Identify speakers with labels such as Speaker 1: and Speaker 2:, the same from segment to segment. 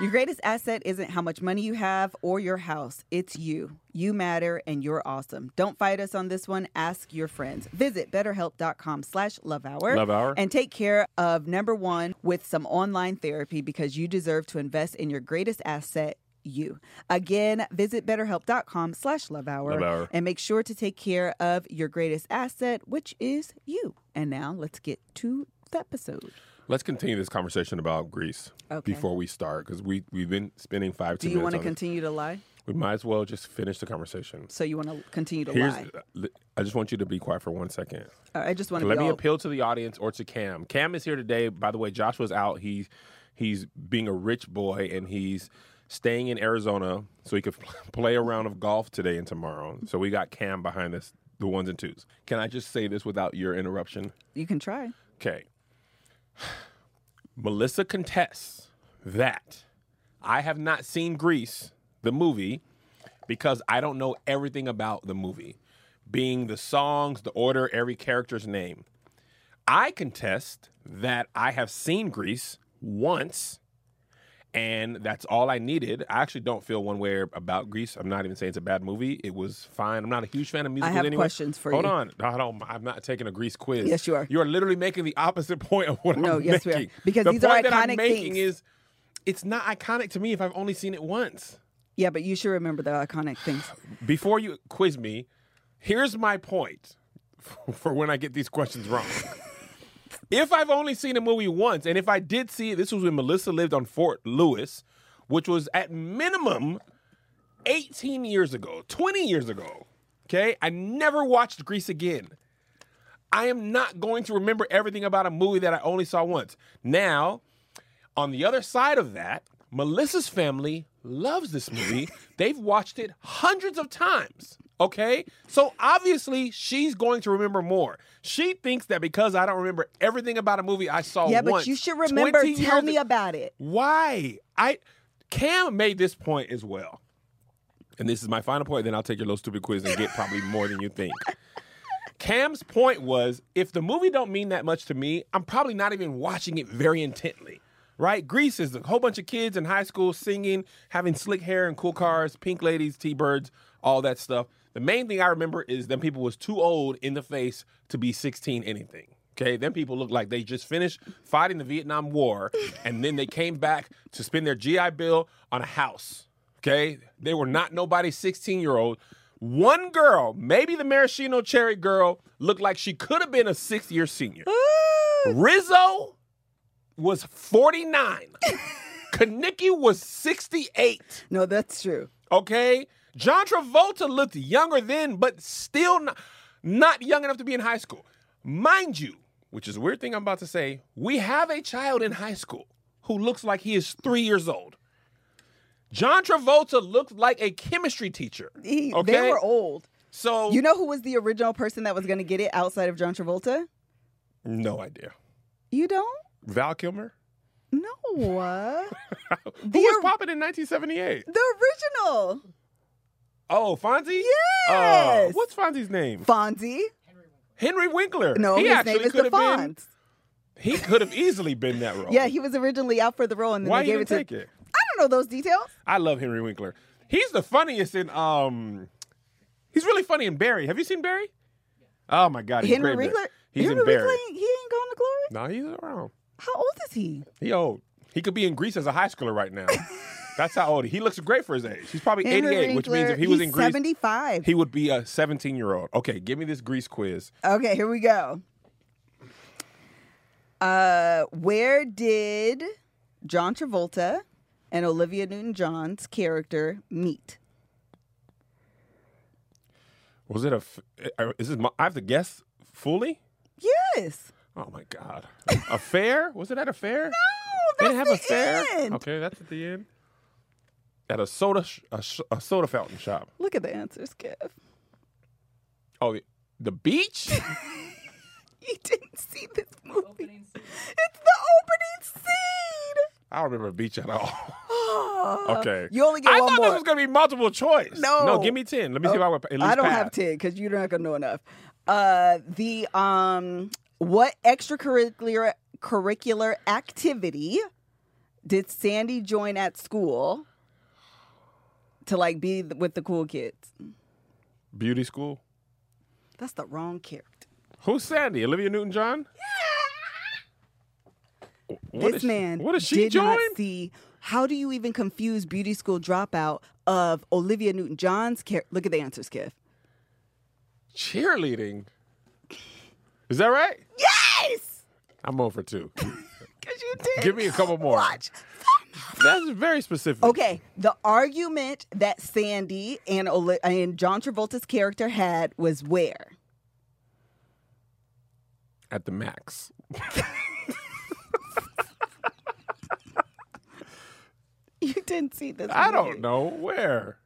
Speaker 1: Your greatest asset isn't how much money you have or your house. It's you. You matter and you're awesome. Don't fight us on this one. Ask your friends. Visit betterhelp.com slash love hour.
Speaker 2: Love Hour.
Speaker 1: And take care of number one with some online therapy because you deserve to invest in your greatest asset, you. Again, visit betterhelp.com slash love
Speaker 2: Love
Speaker 1: hour
Speaker 2: Hour.
Speaker 1: and make sure to take care of your greatest asset, which is you. And now let's get to the episode.
Speaker 2: Let's continue this conversation about Greece
Speaker 1: Okay.
Speaker 2: before we start because we we've been spending five
Speaker 1: Do
Speaker 2: ten
Speaker 1: you want
Speaker 2: minutes.
Speaker 1: to
Speaker 2: on this.
Speaker 1: continue to lie?
Speaker 2: We might as well just finish the conversation.
Speaker 1: So you want to continue to
Speaker 2: Here's, uh,
Speaker 1: lie?
Speaker 2: I just want you to be quiet for one second.
Speaker 1: All right, I just want to
Speaker 2: Let
Speaker 1: be
Speaker 2: me
Speaker 1: all-
Speaker 2: appeal to the audience or to Cam. Cam is here today. By the way, Joshua's out. He's he's being a rich boy and he's staying in Arizona so he could play a round of golf today and tomorrow. So we got Cam behind us, the ones and twos. Can I just say this without your interruption?
Speaker 1: You can try.
Speaker 2: Okay. Melissa contests that I have not seen Grease, the movie, because I don't know everything about the movie, being the songs, the order, every character's name. I contest that I have seen Grease once, and that's all I needed. I actually don't feel one way about Grease. I'm not even saying it's a bad movie. It was fine. I'm not a huge fan of musicals
Speaker 1: have
Speaker 2: anyway.
Speaker 1: questions for
Speaker 2: Hold
Speaker 1: you.
Speaker 2: on. Hold on. I'm not taking a Grease quiz.
Speaker 1: Yes, you are.
Speaker 2: You are literally making the opposite point of what
Speaker 1: No,
Speaker 2: I'm
Speaker 1: yes, we are.
Speaker 2: making.
Speaker 1: Because
Speaker 2: the
Speaker 1: these are
Speaker 2: point that I'm
Speaker 1: iconic
Speaker 2: making
Speaker 1: things.
Speaker 2: is it's not iconic to me if I've only seen it once.
Speaker 1: Yeah, but you should remember the iconic things.
Speaker 2: Before you quiz me, here's my point for when I get these questions wrong. if I've only seen a movie once, and if I did see it, this was when Melissa lived on Fort Lewis, which was at minimum 18 years ago, 20 years ago. Okay? I never watched Grease again. I am not going to remember everything about a movie that I only saw once. Now, on the other side of that, Melissa's family loves this movie. They've watched it hundreds of times. Okay? So obviously she's going to remember more. She thinks that because I don't remember everything about a movie I saw
Speaker 1: yeah,
Speaker 2: once,
Speaker 1: but you should remember.
Speaker 2: 20
Speaker 1: Tell
Speaker 2: years
Speaker 1: me
Speaker 2: ago-
Speaker 1: about it.
Speaker 2: why? I Cam made this point as well. And this is my final point, then I'll take your little stupid quiz and get probably more than you think. Cam's point was if the movie don't mean that much to me, I'm probably not even watching it very intently. Right? Greece is a whole bunch of kids in high school singing, having slick hair and cool cars, pink ladies, T-birds, all that stuff. The main thing I remember is them people was too old in the face to be 16 anything. Okay, them people look like they just finished fighting the Vietnam War and then they came back to spend their GI Bill on a house. Okay, they were not nobody 16 year old. One girl, maybe the maraschino cherry girl, looked like she could have been a sixth year senior. Rizzo was 49. Kanicki was 68.
Speaker 1: No, that's true.
Speaker 2: Okay, John Travolta looked younger then, but still not, not young enough to be in high school, mind you. Which is a weird thing I'm about to say. We have a child in high school who looks like he is three years old. John Travolta looked like a chemistry teacher.
Speaker 1: He, They
Speaker 2: Okay.
Speaker 1: were old.
Speaker 2: So
Speaker 1: You know who was the original person that was going to get it outside of John Travolta?
Speaker 2: no idea.
Speaker 1: You don't?
Speaker 2: Val Kilmer.
Speaker 1: No. uh,
Speaker 2: Who was
Speaker 1: or-
Speaker 2: popping in 1978?
Speaker 1: the original.
Speaker 2: Oh, Fonzie.
Speaker 1: Yes!
Speaker 2: Oh, what's Fonzie's name?
Speaker 1: Fonzie.
Speaker 2: Henry Winkler.
Speaker 1: No,
Speaker 2: he
Speaker 1: his
Speaker 2: actually
Speaker 1: name is
Speaker 2: could
Speaker 1: the
Speaker 2: have been.
Speaker 1: Fonz.
Speaker 2: He could have easily been that role.
Speaker 1: Yeah, he was originally out for the role, and then
Speaker 2: Why
Speaker 1: they
Speaker 2: you
Speaker 1: gave
Speaker 2: didn't
Speaker 1: it to.
Speaker 2: take it?
Speaker 1: I don't know those details.
Speaker 2: I love Henry Winkler. He's the funniest in um He's really funny in Barry. Have you seen Barry? Oh my god, he's
Speaker 1: Henry
Speaker 2: great in
Speaker 1: Winkler.
Speaker 2: Barry. He's
Speaker 1: Henry
Speaker 2: in Barry.
Speaker 1: Winkler, ain't- he ain't gone to glory.
Speaker 2: No, he's around.
Speaker 1: How old is he?
Speaker 2: He old. He could be in Greece as a high schooler right now. That's how old he. He looks great for his age. He's probably
Speaker 1: Henry
Speaker 2: 88, which means
Speaker 1: Winkler,
Speaker 2: if he was
Speaker 1: he's
Speaker 2: in Greece,
Speaker 1: 75.
Speaker 2: he would be a 17-year-old. Okay, give me this Greece quiz.
Speaker 1: Okay, here we go. Uh, where did John Travolta and Olivia Newton John's character meet?
Speaker 2: Was it a? f- uh, Is this? My, I have to guess fully.
Speaker 1: Yes.
Speaker 2: Oh my god, a fair? Was it at a fair?
Speaker 1: No,
Speaker 2: they didn't have a
Speaker 1: that's
Speaker 2: fair.
Speaker 1: the end.
Speaker 2: Okay, that's at the end. At a soda, sh- a, sh- a soda fountain shop.
Speaker 1: Look at the answers, Kev.
Speaker 2: Oh, the, the beach.
Speaker 1: You didn't see this movie. It's the opening scene.
Speaker 2: I don't remember a beach at all.
Speaker 1: Ah.
Speaker 2: okay,
Speaker 1: You only get
Speaker 2: I
Speaker 1: one
Speaker 2: thought
Speaker 1: more.
Speaker 2: this was gonna be multiple choice. no,
Speaker 1: No.
Speaker 2: give me ten. Let me see if I would. At least
Speaker 1: I don't
Speaker 2: pass.
Speaker 1: have 10 because you're not going to know enough. Uh, the um, what extracurricular curricular activity did Sandy join at school to like be th- with the cool kids?
Speaker 2: Beauty school.
Speaker 1: That's the wrong character.
Speaker 2: Who's Sandy? Olivia Newton John.
Speaker 1: this man
Speaker 2: What does she
Speaker 1: did
Speaker 2: join?
Speaker 1: not see. How do you even confuse beauty school dropout of Olivia Newton John's character? Look at the answers, Kev.
Speaker 2: Cheerleading. Is that right?
Speaker 1: Yes,
Speaker 2: I'm over two.
Speaker 1: because you did.
Speaker 2: Give me a couple more.
Speaker 1: Watch.
Speaker 2: That's very specific.
Speaker 1: Okay, the argument that Sandy and Oli- and John Travolta's character had was where?
Speaker 2: At the max.
Speaker 1: You didn't see this.
Speaker 2: I
Speaker 1: movie.
Speaker 2: don't know where.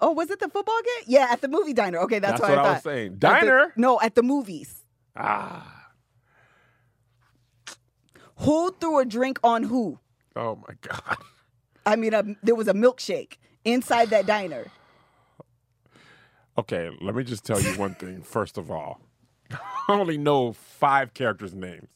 Speaker 1: Oh, was it the football game? Yeah, at the movie diner. Okay, that's,
Speaker 2: That's what I
Speaker 1: thought.
Speaker 2: was saying.
Speaker 1: At the-
Speaker 2: Diner?
Speaker 1: no, at the movies.
Speaker 2: Ah.
Speaker 1: Who threw a drink on who?
Speaker 2: Oh my God.
Speaker 1: I mean, a, there was a milkshake inside that diner.
Speaker 2: Okay, let me just tell you one thing. First of all, I only know five characters' names.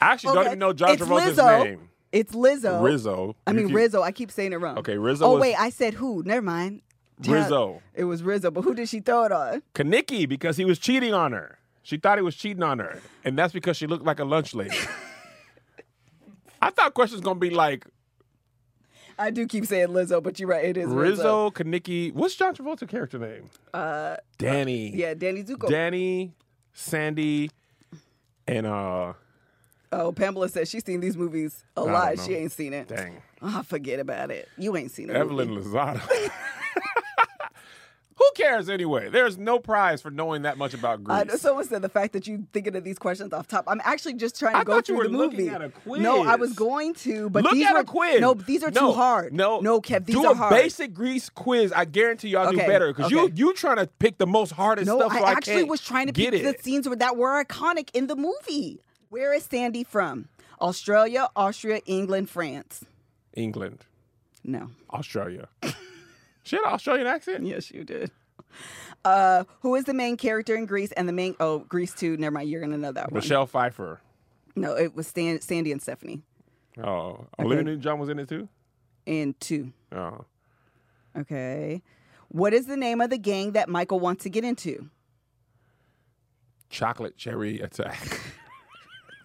Speaker 2: I actually don't
Speaker 1: Okay.
Speaker 2: even know John
Speaker 1: it's
Speaker 2: Travolta's
Speaker 1: Lizzo.
Speaker 2: name.
Speaker 1: It's Lizzo.
Speaker 2: Rizzo.
Speaker 1: I
Speaker 2: You
Speaker 1: mean
Speaker 2: keep-
Speaker 1: Rizzo. I keep saying it wrong.
Speaker 2: Okay, Rizzo
Speaker 1: Oh
Speaker 2: was-
Speaker 1: wait, I said who? Never mind.
Speaker 2: Rizzo.
Speaker 1: It was Rizzo, but who did she throw it on?
Speaker 2: Kanicki because he was cheating on her. She thought he was cheating on her, and that's because she looked like a lunch lady. I thought questions gonna be like
Speaker 1: I do keep saying Lizzo, but you're right. It is
Speaker 2: Rizzo, Kanicki. What's John Travolta's character name? Uh, Danny.
Speaker 1: Yeah, Danny Zuko.
Speaker 2: Danny, Sandy, and uh,
Speaker 1: oh, Pamela says she's seen these movies a
Speaker 2: don't
Speaker 1: lot.
Speaker 2: know.
Speaker 1: She ain't seen it.
Speaker 2: dang,
Speaker 1: Oh, forget about it. You ain't seen it.
Speaker 2: Evelyn Lozada. Who cares anyway? There's no prize for knowing that much about Greece.
Speaker 1: I know someone said the fact that you thinking of these questions off top. I'm actually just trying to
Speaker 2: I
Speaker 1: go
Speaker 2: thought you
Speaker 1: through
Speaker 2: were
Speaker 1: the
Speaker 2: looking
Speaker 1: movie.
Speaker 2: at a quiz.
Speaker 1: No, I was going to, but
Speaker 2: Look
Speaker 1: these
Speaker 2: at
Speaker 1: were
Speaker 2: a quiz.
Speaker 1: No, these are
Speaker 2: No,
Speaker 1: too hard.
Speaker 2: No,
Speaker 1: no, Kev, these
Speaker 2: do
Speaker 1: are
Speaker 2: a
Speaker 1: hard.
Speaker 2: basic Greece quiz. I guarantee y'all do
Speaker 1: Okay,
Speaker 2: better because
Speaker 1: okay.
Speaker 2: you you trying to pick the most hardest
Speaker 1: No,
Speaker 2: stuff. so
Speaker 1: I actually
Speaker 2: can't
Speaker 1: was trying to
Speaker 2: get
Speaker 1: pick
Speaker 2: it.
Speaker 1: the scenes where- that were iconic in the movie. Where is Sandy from? Australia, Austria, England, France.
Speaker 2: England,
Speaker 1: No.
Speaker 2: Australia. she had an Australian accent.
Speaker 1: Yes, you did. Uh, who is the main character in Greece and the main? Oh, Greece too. Never mind. You're gonna know that one.
Speaker 2: Michelle Pfeiffer.
Speaker 1: No, it was Stan, Sandy and Stephanie
Speaker 2: Oh, Olivia Newton-John was in it too.
Speaker 1: in two.
Speaker 2: Oh,
Speaker 1: Okay. What is the name of the gang that Michael wants to get into?
Speaker 2: chocolate cherry attack.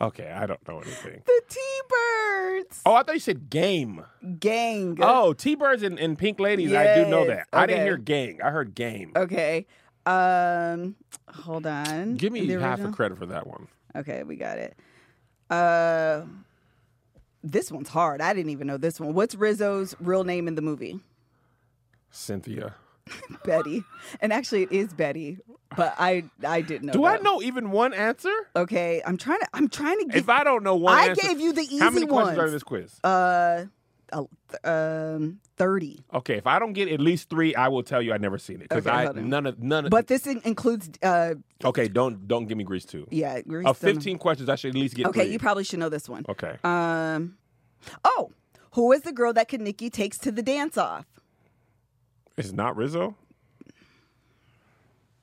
Speaker 2: okay, I don't know anything.
Speaker 1: The T-Birds
Speaker 2: Oh, I thought you said game.
Speaker 1: gang.
Speaker 2: Oh, T-Birds and, and Pink Ladies. I do know that.
Speaker 1: Yes,
Speaker 2: I
Speaker 1: okay.
Speaker 2: didn't
Speaker 1: Uh,
Speaker 2: hear gang. I heard game.
Speaker 1: Okay. Um, hold on.
Speaker 2: Give me
Speaker 1: The
Speaker 2: half a
Speaker 1: original?
Speaker 2: credit for that one.
Speaker 1: Okay, we got it. Uh, this one's hard. I didn't even know this one. What's Rizzo's real name in the movie?
Speaker 2: Cynthia.
Speaker 1: Betty. And actually, it is Betty, but I I didn't know.
Speaker 2: Do I
Speaker 1: that.
Speaker 2: know even one answer?
Speaker 1: Okay, I'm trying to. I'm trying to get.
Speaker 2: If I don't know one,
Speaker 1: I
Speaker 2: answer-
Speaker 1: gave you the
Speaker 2: How
Speaker 1: easy
Speaker 2: many questions are in
Speaker 1: ones.
Speaker 2: this quiz?
Speaker 1: uh, uh, th- um, thirty.
Speaker 2: okay, if I don't get at least three, I will tell you I never seen it because
Speaker 1: Okay,
Speaker 2: I
Speaker 1: hold on.
Speaker 2: none of none of.
Speaker 1: But this in- includes. Uh,
Speaker 2: okay, don't don't give me Grease two.
Speaker 1: yeah, we're
Speaker 2: Of
Speaker 1: still-
Speaker 2: Oh, fifteen questions, I should at least get.
Speaker 1: Okay,
Speaker 2: three.
Speaker 1: you probably should know this one.
Speaker 2: Okay,
Speaker 1: Um, oh, who is the girl that Kaniki takes to the dance off?
Speaker 2: it's not Rizzo.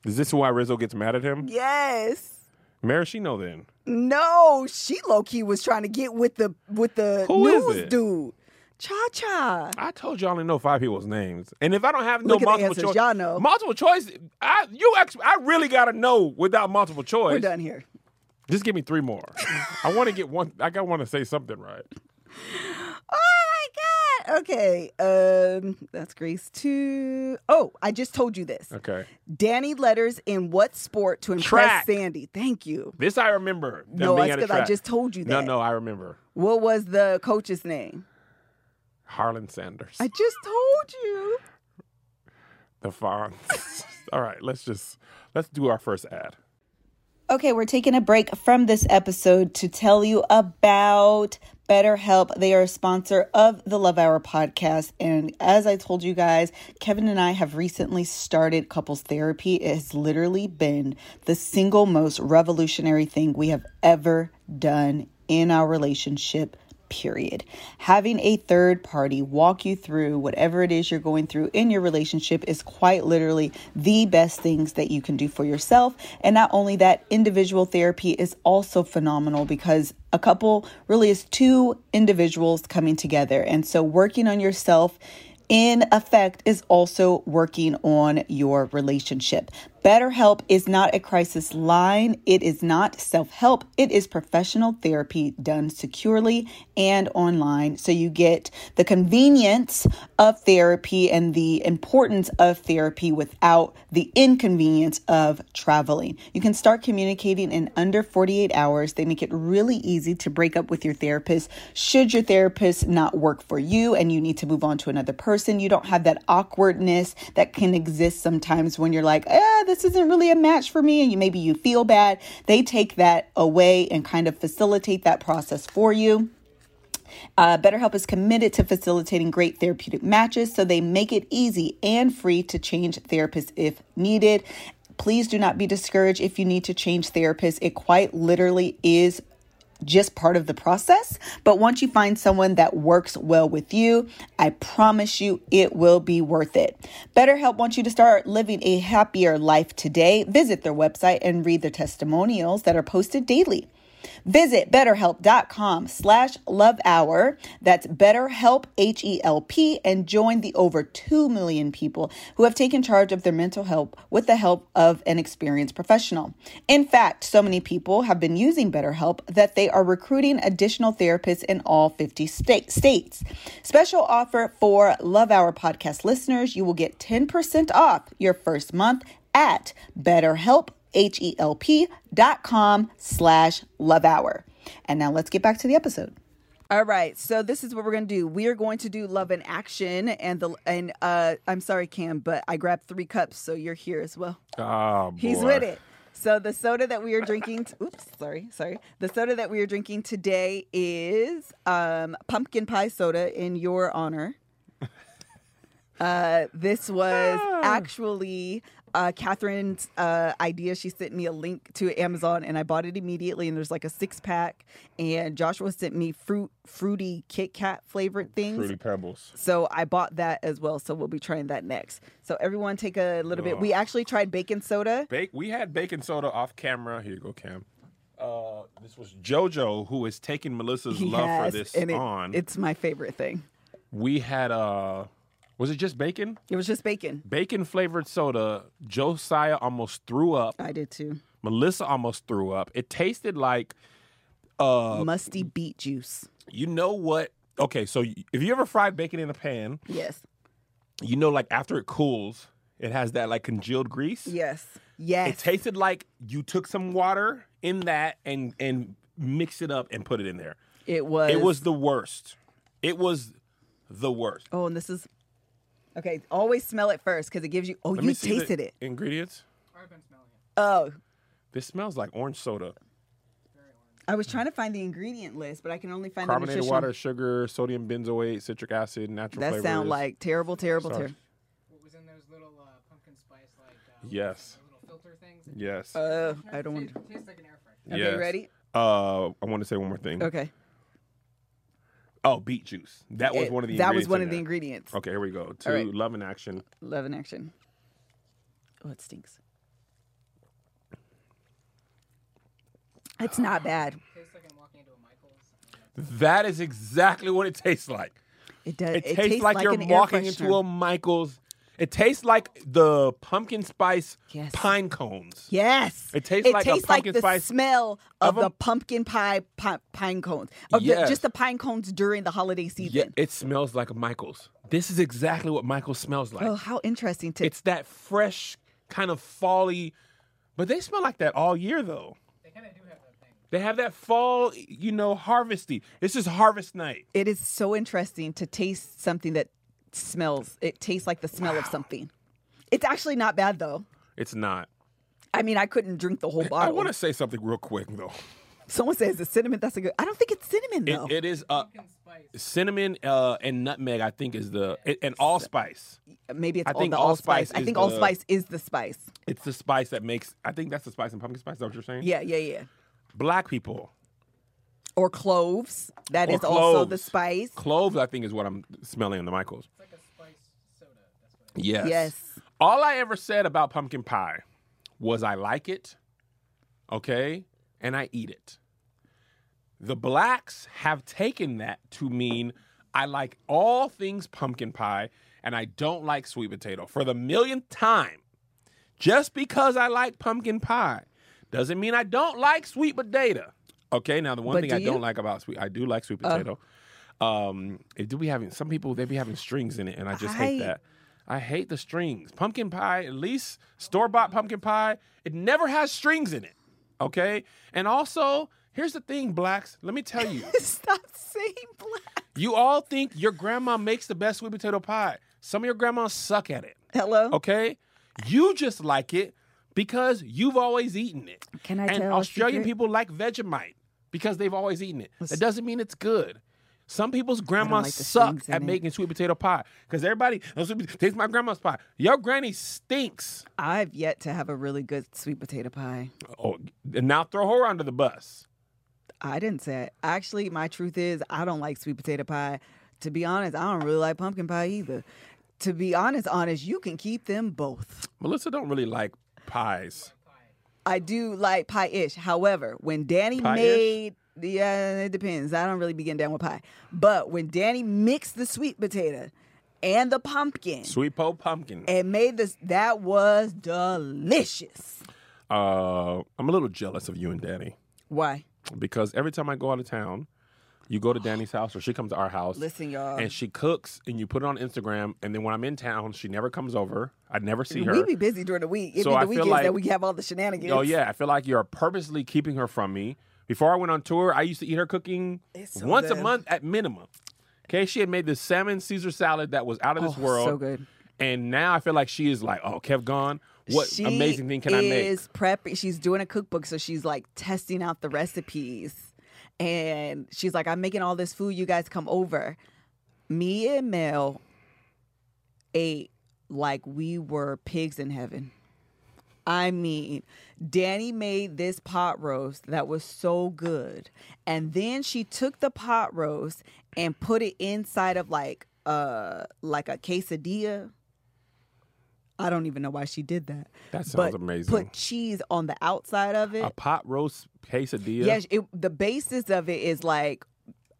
Speaker 2: Is this why Rizzo gets mad at him?
Speaker 1: Yes.
Speaker 2: Maraschino then.
Speaker 1: No, she low key was trying to get with the with the
Speaker 2: Who is
Speaker 1: news
Speaker 2: it?
Speaker 1: dude. Cha cha.
Speaker 2: I told you I only know five people's names, and if I don't have no
Speaker 1: Look at the
Speaker 2: multiple
Speaker 1: answers,
Speaker 2: choice,
Speaker 1: y'all know.
Speaker 2: multiple choice. I you ex- I really gotta know without multiple choice.
Speaker 1: We're done here.
Speaker 2: Just give me three more. I want to get one. I got want to say something right.
Speaker 1: Oh my god. Okay. Um, that's Grace too. Oh, I just told you this.
Speaker 2: Okay.
Speaker 1: Danny letters in what sport to impress
Speaker 2: Track.
Speaker 1: Sandy? Thank you.
Speaker 2: This I remember. them
Speaker 1: No,
Speaker 2: being
Speaker 1: that's
Speaker 2: at a
Speaker 1: 'cause I
Speaker 2: track.
Speaker 1: just told you
Speaker 2: No,
Speaker 1: that.
Speaker 2: no, I remember.
Speaker 1: What was the coach's name?
Speaker 2: Harlan Sanders.
Speaker 1: I just told you.
Speaker 2: the Fonz. All right, let's just let's do our first ad.
Speaker 1: Okay, we're taking a break from this episode to tell you about BetterHelp. They are a sponsor of the Love Hour podcast. And as I told you guys, Kevin and I have recently started couples therapy. It has literally been the single most revolutionary thing we have ever done in our relationship period. Having a third party walk you through whatever it is you're going through in your relationship is quite literally the best things that you can do for yourself. And not only that, individual therapy is also phenomenal because a couple really is two individuals coming together. And so working on yourself in effect is also working on your relationship. BetterHelp is not a crisis line. It is not self help. It is professional therapy done securely and online. So you get the convenience of therapy and the importance of therapy without the inconvenience of traveling. You can start communicating in under 48 hours. They make it really easy to break up with your therapist. Should your therapist not work for you and you need to move on to another person, you don't have that awkwardness that can exist sometimes when you're like, eh, this isn't really a match for me, and you maybe you feel bad. They take that away and kind of facilitate that process for you. Uh, BetterHelp is committed to facilitating great therapeutic matches, so they make it easy and free to change therapists if needed. Please do not be discouraged if you need to change therapists. It quite literally is just part of the process. But once you find someone that works well with you, I promise you it will be worth it. BetterHelp wants you to start living a happier life today. Visit their website and read the testimonials that are posted daily. Visit betterhelp.com slash love hour. That's betterhelp, H E L P, and join the over 2 million people who have taken charge of their mental health with the help of an experienced professional. In fact, so many people have been using BetterHelp that they are recruiting additional therapists in all 50 state- states. Special offer for Love Hour podcast listeners you will get 10% off your first month at betterhelp.com H-E-L-P E dot com slash love hour. And now let's get back to the episode. All right, so this is what we're gonna do. We are going to do love in action, and the and uh, I'm sorry, Cam, but I grabbed three cups, so you're here as well.
Speaker 2: Oh, boy.
Speaker 1: He's with it. So the soda that we are drinking, t- oops, sorry, sorry. The soda that we are drinking today is um, pumpkin pie soda in your honor. Uh, this was actually uh, Catherine's uh, idea. She sent me a link to Amazon, and I bought it immediately. And there's like a six pack. And Joshua sent me fruit, fruity Kit Kat flavored things.
Speaker 2: Fruity Pebbles.
Speaker 1: So I bought that as well. So we'll be trying that next. So everyone, take a little bit. We actually tried baking soda.
Speaker 2: Bake. We had baking soda off camera. Here you go, Cam. Uh, this was JoJo who is taking Melissa's love for
Speaker 1: Yes,
Speaker 2: this
Speaker 1: and it-
Speaker 2: on.
Speaker 1: It's my favorite thing.
Speaker 2: we had uh, was it just bacon?
Speaker 1: It was just bacon.
Speaker 2: Bacon flavored soda. Josiah almost threw up.
Speaker 1: I did too.
Speaker 2: Melissa almost threw up. It tasted like uh,
Speaker 1: Musty beet juice.
Speaker 2: you know what? Okay, so y- if you ever fried bacon in a pan,
Speaker 1: Yes.
Speaker 2: you know, like after it cools, it has that like congealed grease.
Speaker 1: Yes. Yes.
Speaker 2: It tasted like you took some water in that and and mixed it up and put it in there.
Speaker 1: It was.
Speaker 2: It was the worst. It was the worst.
Speaker 1: Oh, and this is. Okay, always smell it first because it gives you. Oh,
Speaker 2: Let
Speaker 1: you
Speaker 2: me see the
Speaker 1: tasted it.
Speaker 2: Ingredients.
Speaker 1: Oh,
Speaker 2: This smells like orange soda.
Speaker 1: I was trying to find the ingredient list, but I can only find the
Speaker 2: Carbonated
Speaker 1: nutritional.
Speaker 2: water, sugar, sodium benzoate, citric acid, natural
Speaker 1: that
Speaker 2: flavors.
Speaker 1: sound like terrible, terrible, terrible.
Speaker 3: what was in those little uh, pumpkin spice like uh,
Speaker 2: Yes.
Speaker 3: little filter things.
Speaker 2: Yes.
Speaker 1: Oh, I don't want.
Speaker 3: It
Speaker 1: to.
Speaker 3: tastes like an air fryer.
Speaker 1: Okay,
Speaker 2: Yes.
Speaker 1: ready?
Speaker 2: Uh, I want to say one more thing.
Speaker 1: Okay.
Speaker 2: Oh, beet juice. That was
Speaker 1: It-
Speaker 2: one of the.
Speaker 1: That was
Speaker 2: ingredients
Speaker 1: one
Speaker 2: in
Speaker 1: of the
Speaker 2: there.
Speaker 1: ingredients.
Speaker 2: Okay, here we go. To
Speaker 1: right.
Speaker 2: love and action.
Speaker 1: Love in action. Oh, it stinks. It's not bad.
Speaker 3: It tastes like I'm walking into a Michael's.
Speaker 2: That is exactly what it tastes like.
Speaker 1: It does.
Speaker 2: It, tastes, like, you're
Speaker 1: an air
Speaker 2: walking into
Speaker 1: freshener.
Speaker 2: a Michael's. It tastes like the pumpkin spice
Speaker 1: Yes.
Speaker 2: pine cones.
Speaker 1: Yes.
Speaker 2: It tastes like a pumpkin
Speaker 1: the
Speaker 2: spice
Speaker 1: smell of,
Speaker 2: of a-
Speaker 1: the pumpkin pie pi- pine cones. Of the-
Speaker 2: Yes.
Speaker 1: just the pine cones during the holiday
Speaker 2: Yeah,
Speaker 1: season.
Speaker 2: it smells like a Michael's. This is exactly what Michael's smells like.
Speaker 1: oh, how interesting to
Speaker 2: It's that fresh kind of folly, but they smell like that all year though.
Speaker 3: They kind of do have that thing.
Speaker 2: They have that fall, you know, harvesty. This is harvest night.
Speaker 1: It is so interesting to taste something that smells. It tastes like the smell of something. It's actually not bad though.
Speaker 2: It's not.
Speaker 1: I mean, I couldn't drink the whole
Speaker 2: I
Speaker 1: bottle.
Speaker 2: want to say something real quick though.
Speaker 1: Someone says it's cinnamon. That's a good. I don't think it's cinnamon though.
Speaker 2: It, it is uh,
Speaker 3: Pumpkin spice.
Speaker 2: cinnamon uh, and nutmeg. I think is the it, and allspice.
Speaker 1: Maybe it's
Speaker 2: I
Speaker 1: all
Speaker 2: think
Speaker 1: the
Speaker 2: allspice
Speaker 1: allspice. I
Speaker 2: is
Speaker 1: think
Speaker 2: the-
Speaker 1: allspice is the spice.
Speaker 2: It's the spice that makes. I think that's the spice in pumpkin spice. Is that what you're saying?
Speaker 1: Yeah, yeah, yeah.
Speaker 2: Black people.
Speaker 1: Or cloves. That
Speaker 2: Or
Speaker 1: is also the
Speaker 2: cloves.
Speaker 1: spice.
Speaker 2: Cloves, I think, is what I'm smelling on the Michaels.
Speaker 3: It's like a spice soda. That's what it
Speaker 2: Yes.
Speaker 1: Yes.
Speaker 2: All I ever said about pumpkin pie was I like it, okay, and I eat it. The blacks have taken that to mean I like all things pumpkin pie and I don't like sweet potato. For the millionth time, just because I like pumpkin pie doesn't mean I don't like sweet potato. Okay, now the one
Speaker 1: But
Speaker 2: thing
Speaker 1: do
Speaker 2: I
Speaker 1: you? Uh,
Speaker 2: don't like about sweet, I do like sweet potato. um, it do be having some people they be having strings in it, and I just hate
Speaker 1: I-
Speaker 2: that. I hate the strings. Pumpkin pie, at least store bought pumpkin pie, it never has strings in it. Okay, and also here's the thing, blacks. Let me tell you,
Speaker 1: Stop saying black.
Speaker 2: you all think your grandma makes the best sweet potato pie. Some of your grandmas suck at it.
Speaker 1: Hello.
Speaker 2: Okay? You just like it because you've always eaten it.
Speaker 1: Can I
Speaker 2: and
Speaker 1: tell a
Speaker 2: Australian
Speaker 1: secret?
Speaker 2: people like Vegemite because they've always eaten it. That doesn't mean it's good. Some people's grandmas
Speaker 1: like the
Speaker 2: suck
Speaker 1: things in
Speaker 2: at
Speaker 1: it.
Speaker 2: making sweet potato pie because everybody "Oh, sweet pot- taste my grandma's pie. Your granny stinks.
Speaker 1: I've yet to have a really good sweet potato pie.
Speaker 2: Oh, and now throw her under the bus.
Speaker 1: I didn't say it. Actually, my truth is I don't like sweet potato pie. To be honest, I don't really like pumpkin pie either. To be honest, honest, you can keep them both.
Speaker 2: Melissa don't really like pies.
Speaker 1: I do like pie ish. However, when Danny
Speaker 2: Pie-ish?
Speaker 1: made yeah, it depends. I don't really begin down with pie. But when Danny mixed the sweet potato and the pumpkin
Speaker 2: Sweet po pumpkin.
Speaker 1: and made this that was delicious.
Speaker 2: Uh, I'm a little jealous of you and Danny
Speaker 1: Why?
Speaker 2: because every time I go out of town, you go to Danny's house or she comes to our house.
Speaker 1: Listen, y'all.
Speaker 2: and she cooks and you put it on Instagram and then when I'm in town she never comes over. I never see her.
Speaker 1: We be busy during the week. It'd
Speaker 2: So
Speaker 1: be
Speaker 2: I
Speaker 1: the
Speaker 2: feel
Speaker 1: weekends
Speaker 2: like-
Speaker 1: that we have all the shenanigans.
Speaker 2: oh yeah, I feel like you're purposely keeping her from me. Before I went on tour, I used to eat her cooking
Speaker 1: It's so
Speaker 2: once a
Speaker 1: good.
Speaker 2: month at minimum. Okay, she had made this salmon Caesar salad that was out of this
Speaker 1: Oh,
Speaker 2: world.
Speaker 1: so good.
Speaker 2: And now I feel like she is like, oh, Kev gone. What
Speaker 1: She
Speaker 2: amazing thing can I make?
Speaker 1: Is prepping. She's doing a cookbook, so she's like testing out the recipes, and she's like, "I'm making all this food. You guys come over." Me and Mel ate like we were pigs in heaven. I mean, Danny made this pot roast that was so good. And then she took the pot roast and put it inside of like uh like a quesadilla. I don't even know why she did that.
Speaker 2: That sounds
Speaker 1: but
Speaker 2: amazing.
Speaker 1: Put cheese on the outside of it.
Speaker 2: A pot roast quesadilla.
Speaker 1: Yes, it, the basis of it is like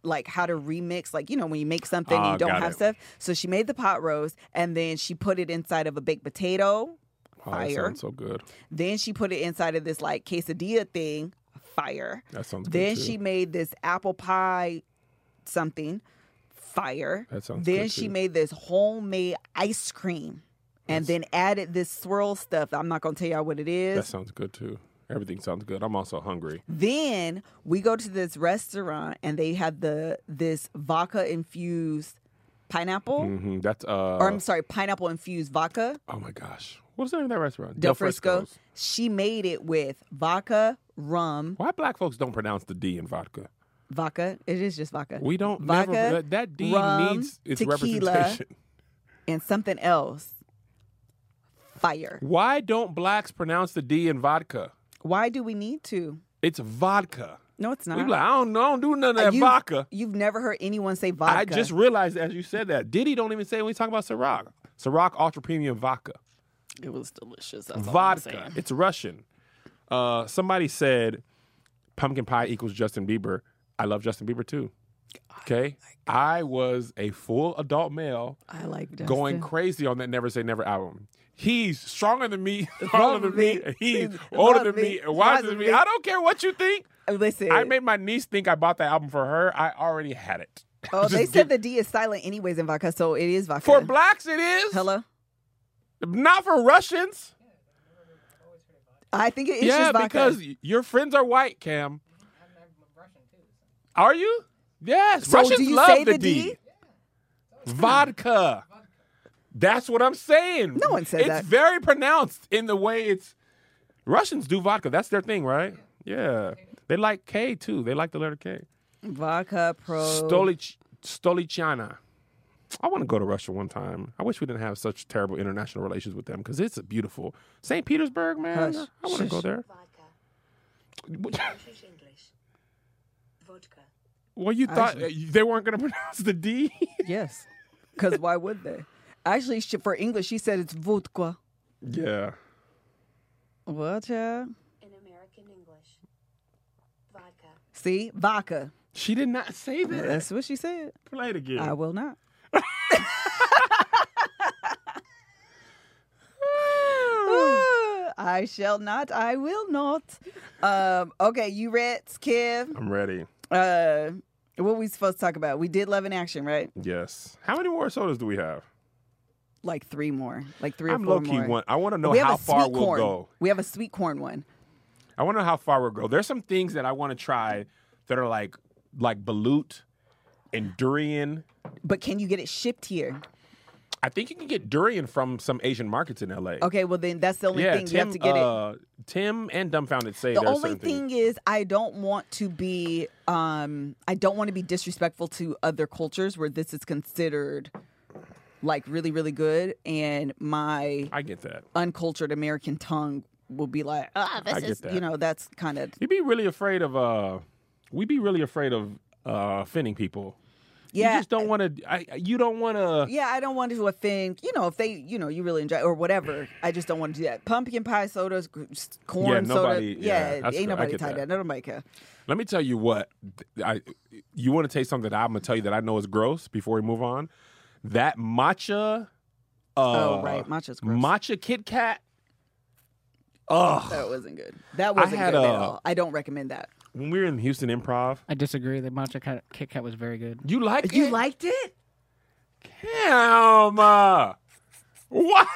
Speaker 1: like how to remix like you know when you make something and
Speaker 2: Ah,
Speaker 1: you don't
Speaker 2: got
Speaker 1: have
Speaker 2: it.
Speaker 1: stuff so she made the pot roast and then she put it inside of a baked potato
Speaker 2: oh, that
Speaker 1: fire.
Speaker 2: sounds so good.
Speaker 1: then she put it inside of this like quesadilla thing fire
Speaker 2: That sounds good,
Speaker 1: then
Speaker 2: too.
Speaker 1: she made this apple pie something fire
Speaker 2: That sounds
Speaker 1: then
Speaker 2: good,
Speaker 1: she
Speaker 2: too.
Speaker 1: made this homemade ice cream and then added this swirl stuff i'm not gonna tell y'all what it is
Speaker 2: That sounds good too. Everything sounds good. I'm also hungry.
Speaker 1: then we go to this restaurant and they have the this vodka infused pineapple,
Speaker 2: hmm That's uh
Speaker 1: or I'm sorry, pineapple infused vodka.
Speaker 2: Oh my gosh. What's the name of that restaurant?
Speaker 1: Del Frisco. She made it with vodka, rum,
Speaker 2: Why black folks don't pronounce the D in vodka?
Speaker 1: vodka. It is just vodka.
Speaker 2: We don't
Speaker 1: Vodka,
Speaker 2: never that, that D
Speaker 1: rum,
Speaker 2: needs its
Speaker 1: tequila.
Speaker 2: representation.
Speaker 1: and something else. Fire.
Speaker 2: Why don't blacks pronounce the D in vodka?
Speaker 1: Why do we need to?
Speaker 2: It's vodka.
Speaker 1: No, it's not. Uh,
Speaker 2: We be like, I don't know, I don't do none of that
Speaker 1: You've-
Speaker 2: vodka.
Speaker 1: You've never heard anyone say vodka.
Speaker 2: I just realized as you said that. Diddy don't even say it when we talk about Ciroc. Ciroc ultra premium vodka.
Speaker 1: it was delicious. That's all I'm
Speaker 2: vodka.
Speaker 1: saying.
Speaker 2: It's Russian. Uh, somebody said pumpkin pie equals Justin Bieber. I love Justin Bieber too. Okay.
Speaker 1: Oh
Speaker 2: I was a full adult male
Speaker 1: I like Justin.
Speaker 2: going crazy on that Never Say Never album. He's stronger than me, taller than me, and he's older than me, and wiser than me. I don't care what you think.
Speaker 1: Listen,
Speaker 2: I made my niece think I bought that album for her. I already had it.
Speaker 1: Oh,
Speaker 2: Just
Speaker 1: they said
Speaker 2: give-
Speaker 1: the D is silent anyways in vodka, so it is vodka.
Speaker 2: for blacks it is.
Speaker 1: Hello?
Speaker 2: Not for Russians.
Speaker 1: I think it is
Speaker 2: yeah,
Speaker 1: just vodka.
Speaker 2: because y- your friends are white, Cam. Are you? Yes.
Speaker 1: So
Speaker 2: Russians
Speaker 1: do you
Speaker 2: love
Speaker 1: say
Speaker 2: the,
Speaker 1: the
Speaker 2: D.
Speaker 1: D?
Speaker 2: Vodka. That's what I'm saying.
Speaker 1: No one said
Speaker 2: it's
Speaker 1: that.
Speaker 2: It's very pronounced in the way it's. Russians do vodka. That's their thing, right? Yeah. They like K too. They like the letter K.
Speaker 1: Vodka Pro.
Speaker 2: Stolich, Stolichana. I want to go to Russia one time. I wish we didn't have such terrible international relations with them because it's beautiful. St. Petersburg, man.
Speaker 1: Hush.
Speaker 2: I want to go there.
Speaker 4: Vodka. British English. Vodka.
Speaker 2: Well, you thought they weren't going to pronounce the D?
Speaker 1: Yes. Because why would they? Actually, she, for English, she said it's vodka.
Speaker 2: yeah.
Speaker 1: What? child?
Speaker 4: In American English. Vodka.
Speaker 1: See, vodka.
Speaker 2: She did not say that.
Speaker 1: That's what she said.
Speaker 2: Play it again.
Speaker 1: I will not. Ah, I shall not. I will not. Um, okay, you rats, Kev.
Speaker 2: I'm ready.
Speaker 1: Uh, what we supposed to talk about? We did love in action, right?
Speaker 2: Yes. How many more sodas do we have?
Speaker 1: Like three more, like three or
Speaker 2: I'm
Speaker 1: four
Speaker 2: low key
Speaker 1: more.
Speaker 2: one. I want to know
Speaker 1: we have
Speaker 2: how
Speaker 1: a
Speaker 2: far
Speaker 1: sweet
Speaker 2: we'll
Speaker 1: corn.
Speaker 2: go.
Speaker 1: We have a sweet corn one.
Speaker 2: I want to know how far we'll go. There's some things that I want to try that are like like balut and durian.
Speaker 1: But can you get it shipped here?
Speaker 2: I think you can get durian from some Asian markets in LA.
Speaker 1: Okay, well then that's the only
Speaker 2: yeah,
Speaker 1: thing
Speaker 2: Tim,
Speaker 1: you have to get it.
Speaker 2: uh, Tim and Dumbfounded say
Speaker 1: The
Speaker 2: there's
Speaker 1: only
Speaker 2: something.
Speaker 1: thing is, I don't want to be, um, I don't want to be disrespectful to other cultures where this is considered like really, really good, and my
Speaker 2: I get that.
Speaker 1: uncultured American tongue will be like, ah,
Speaker 2: I
Speaker 1: this
Speaker 2: get
Speaker 1: is,
Speaker 2: that.
Speaker 1: you know, that's kind of
Speaker 2: You'd be really afraid of uh we'd be really afraid of uh offending people.
Speaker 1: yeah.
Speaker 2: You just don't want to I you don't want to
Speaker 1: yeah, I don't want to offend. You know, if they, you know, you really enjoy or whatever. I just don't want to do that. Pumpkin pie sodas, gr- s- corn
Speaker 2: nobody-
Speaker 1: soda.
Speaker 2: yeah,
Speaker 1: Yeah,
Speaker 2: that's
Speaker 1: ain't
Speaker 2: good. I
Speaker 1: nobody
Speaker 2: get
Speaker 1: tied
Speaker 2: that.
Speaker 1: that. Nobody care.
Speaker 2: Let me tell you what I you want to taste something that I'm going to tell you that I know is gross before we move on. That matcha uh
Speaker 1: Oh, right, matcha's gross.
Speaker 2: Matcha Kit Kat. Ugh.
Speaker 1: That wasn't good. That wasn't
Speaker 2: had
Speaker 1: good at
Speaker 2: a-
Speaker 1: all. I don't recommend that.
Speaker 2: When we were in Houston Improv,
Speaker 5: I disagree. The matcha Kat- Kit Kat was very good.
Speaker 2: you like
Speaker 1: You
Speaker 2: it?
Speaker 1: liked it?
Speaker 2: Damn. uh, What?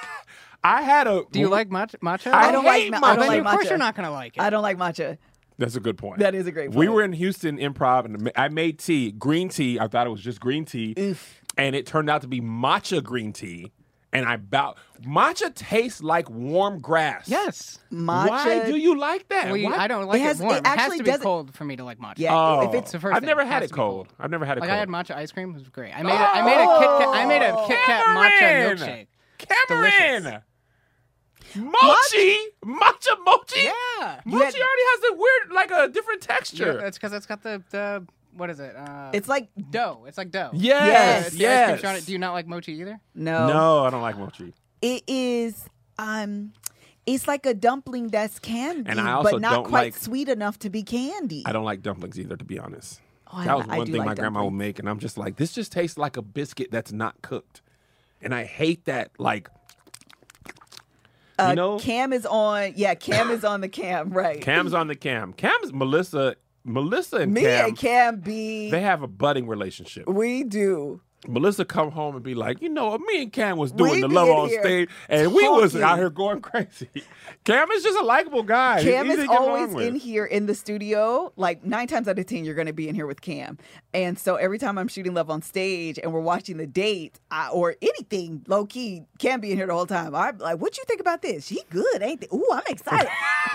Speaker 2: I had a.
Speaker 5: Do you like matcha? matcha?
Speaker 2: I
Speaker 1: I don't
Speaker 2: hate
Speaker 1: like. ma- I
Speaker 2: matcha.
Speaker 1: don't
Speaker 5: Then
Speaker 1: like
Speaker 5: of course
Speaker 1: matcha.
Speaker 5: you're not gonna like it.
Speaker 1: I don't like matcha.
Speaker 2: That's a good point.
Speaker 1: That is a great
Speaker 2: We
Speaker 1: point.
Speaker 2: were in Houston Improv, and I made tea, green tea. I thought it was just green tea, and it turned out to be matcha green tea. And I bow. Matcha tastes like warm grass.
Speaker 5: yes.
Speaker 1: Matcha.
Speaker 2: Why do you like that?
Speaker 5: Well, you-
Speaker 2: Why-
Speaker 5: I don't like it,
Speaker 1: has- it
Speaker 5: warm. It, has
Speaker 1: actually
Speaker 5: to be
Speaker 1: doesn't-
Speaker 5: cold for me to like matcha.
Speaker 1: Yeah.
Speaker 2: Oh,
Speaker 1: if it's
Speaker 5: the first
Speaker 2: I've
Speaker 5: thing,
Speaker 2: never
Speaker 5: it
Speaker 2: had
Speaker 5: has
Speaker 2: it
Speaker 5: to be
Speaker 2: cold. I've never had it
Speaker 5: Like I
Speaker 2: cold.
Speaker 5: had matcha ice cream. It was great. I made a, I made a Kit Kat, I made
Speaker 1: Oh.
Speaker 5: a Kit Kat matcha milkshake.
Speaker 2: Oh, Cameron! Mochi! Matcha mochi?
Speaker 5: Yeah.
Speaker 2: Mochi already has a weird, like a different
Speaker 5: Yeah,
Speaker 2: texture.
Speaker 5: that's because it's got the the what is it? Uh,
Speaker 1: it's like
Speaker 5: dough. It's like dough.
Speaker 2: yes,
Speaker 1: Yes.
Speaker 5: The ice
Speaker 2: yes.
Speaker 5: cream's on it. Do you not like mochi either?
Speaker 1: no,
Speaker 2: no, I don't like mochi.
Speaker 1: It is. Um, it's like a dumpling that's candy,
Speaker 2: And I also
Speaker 1: but not
Speaker 2: don't
Speaker 1: quite
Speaker 2: like-
Speaker 1: sweet enough to be candy.
Speaker 2: I don't like dumplings either, to be honest.
Speaker 1: Oh, I-
Speaker 2: that was
Speaker 1: I
Speaker 2: one
Speaker 1: do
Speaker 2: thing
Speaker 1: like
Speaker 2: my grandma would
Speaker 1: dumplings.
Speaker 2: make, and I'm just like, this just tastes like a biscuit that's not cooked. And I hate that, like,
Speaker 1: Uh,
Speaker 2: you know?
Speaker 1: Cam is on. Yeah, Cam is on the cam. Right.
Speaker 2: Cam's on the cam. Cam's Melissa, Melissa and
Speaker 1: Me
Speaker 2: Cam,
Speaker 1: and Cam B.
Speaker 2: they have a budding relationship.
Speaker 1: we do.
Speaker 2: Melissa come home and be like, you know, me and Cam was doing
Speaker 1: We
Speaker 2: the love
Speaker 1: been
Speaker 2: on
Speaker 1: here
Speaker 2: stage, and we was
Speaker 1: talking.
Speaker 2: out here going crazy. Cam is just a likable guy. He's
Speaker 1: Cam
Speaker 2: easy
Speaker 1: is
Speaker 2: to get along
Speaker 1: always
Speaker 2: with.
Speaker 1: in here in the studio. Like nine times out of ten, you're going to be in here with Cam. And so every time I'm shooting Love on stage and we're watching the date I, or anything low key, Cam be in here the whole time. I'm like, what you think about this? She good, ain't it? Ooh, I'm excited.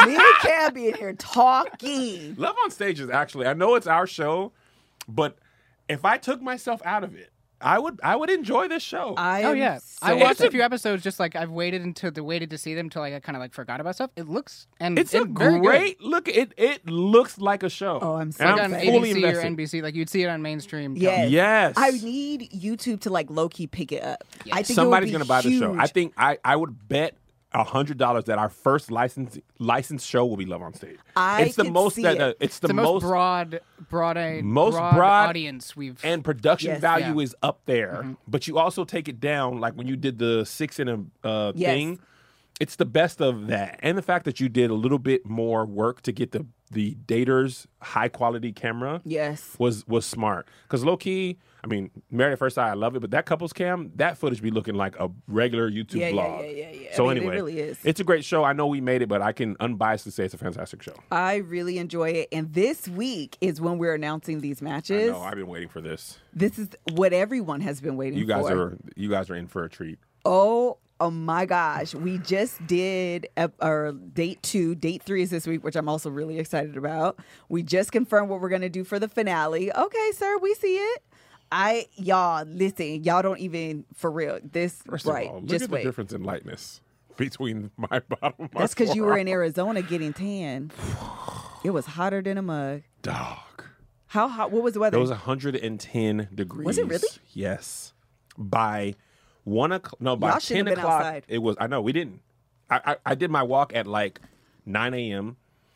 Speaker 1: Me and Cam be in here talking.
Speaker 2: Love on Stage is actually I know it's our show, but if I took myself out of it, I would I would enjoy this show.
Speaker 1: I
Speaker 5: oh
Speaker 1: am
Speaker 5: yeah.
Speaker 1: so-
Speaker 5: I watched
Speaker 2: It's
Speaker 5: a
Speaker 2: a-
Speaker 5: few episodes. Just like I've waited until the waited to see them until like I kind of like forgot about stuff. It looks and
Speaker 2: it's a
Speaker 5: and very good.
Speaker 2: great look. It it looks like a show.
Speaker 1: Oh, I'm so
Speaker 2: And
Speaker 5: Like
Speaker 1: I'm
Speaker 5: on
Speaker 2: fully
Speaker 5: ABC or
Speaker 2: invested.
Speaker 5: NBC, like you'd see it on mainstream.
Speaker 1: Yes.
Speaker 5: television.
Speaker 2: Yes.
Speaker 1: I need YouTube to like low key pick it up. I think it would
Speaker 2: Somebody's
Speaker 1: be
Speaker 2: gonna buy the show. I
Speaker 1: huge.
Speaker 2: think I I would bet. a hundred dollars that our first license licensed show will be Love on Stage.
Speaker 1: I
Speaker 2: it's the
Speaker 1: could
Speaker 2: most
Speaker 1: see
Speaker 2: that
Speaker 1: it.
Speaker 2: uh, it's the,
Speaker 5: It's the most broad, broad,
Speaker 2: Most
Speaker 5: broad,
Speaker 2: broad
Speaker 5: audience we've
Speaker 2: and production
Speaker 1: Yes.
Speaker 2: value
Speaker 5: Yeah.
Speaker 2: is up there, but you also take it down. Like when you did the six in a uh,
Speaker 1: Yes.
Speaker 2: thing, it's the best of that, and the fact that you did a little bit more work to get the the daters high quality camera
Speaker 1: Yes.
Speaker 2: was was smart because low key. I mean, Married at First Sight, I love it, but that couples cam, that footage be looking like a regular YouTube
Speaker 1: Yeah, yeah,
Speaker 2: vlog.
Speaker 1: yeah, yeah, yeah. I
Speaker 2: So
Speaker 1: mean, it
Speaker 2: anyway,
Speaker 1: really is.
Speaker 2: It's a great show. I know we made it, but I can unbiasedly say it's a fantastic show.
Speaker 1: I really enjoy it. And this week is when we're announcing these matches.
Speaker 2: I know I've been waiting for this.
Speaker 1: This is what everyone has been waiting
Speaker 2: You guys
Speaker 1: for.
Speaker 2: are you guys are in for a treat.
Speaker 1: Oh, oh my gosh. We just did ep- our date two. Date three is this week, which I'm also really excited about. We just confirmed what we're going to do for the finale. Okay, sir, we see it. I, y'all, listen, y'all don't even, for real, this,
Speaker 2: First
Speaker 1: right,
Speaker 2: of all, look
Speaker 1: just
Speaker 2: at
Speaker 1: wait.
Speaker 2: the difference in lightness between my bottom. and my
Speaker 1: That's because you were in
Speaker 2: forearm.
Speaker 1: Arizona getting tan. It was hotter than a mug.
Speaker 2: Dog.
Speaker 1: How hot? What was the weather?
Speaker 2: It was 110 degrees.
Speaker 1: really?
Speaker 2: Yes. By one o'clock. No, by
Speaker 1: Y'all shouldn't have
Speaker 2: ten
Speaker 1: been
Speaker 2: o'clock.
Speaker 1: outside.
Speaker 2: It was. I know we didn't. I, I I did my walk at like 9 a.m.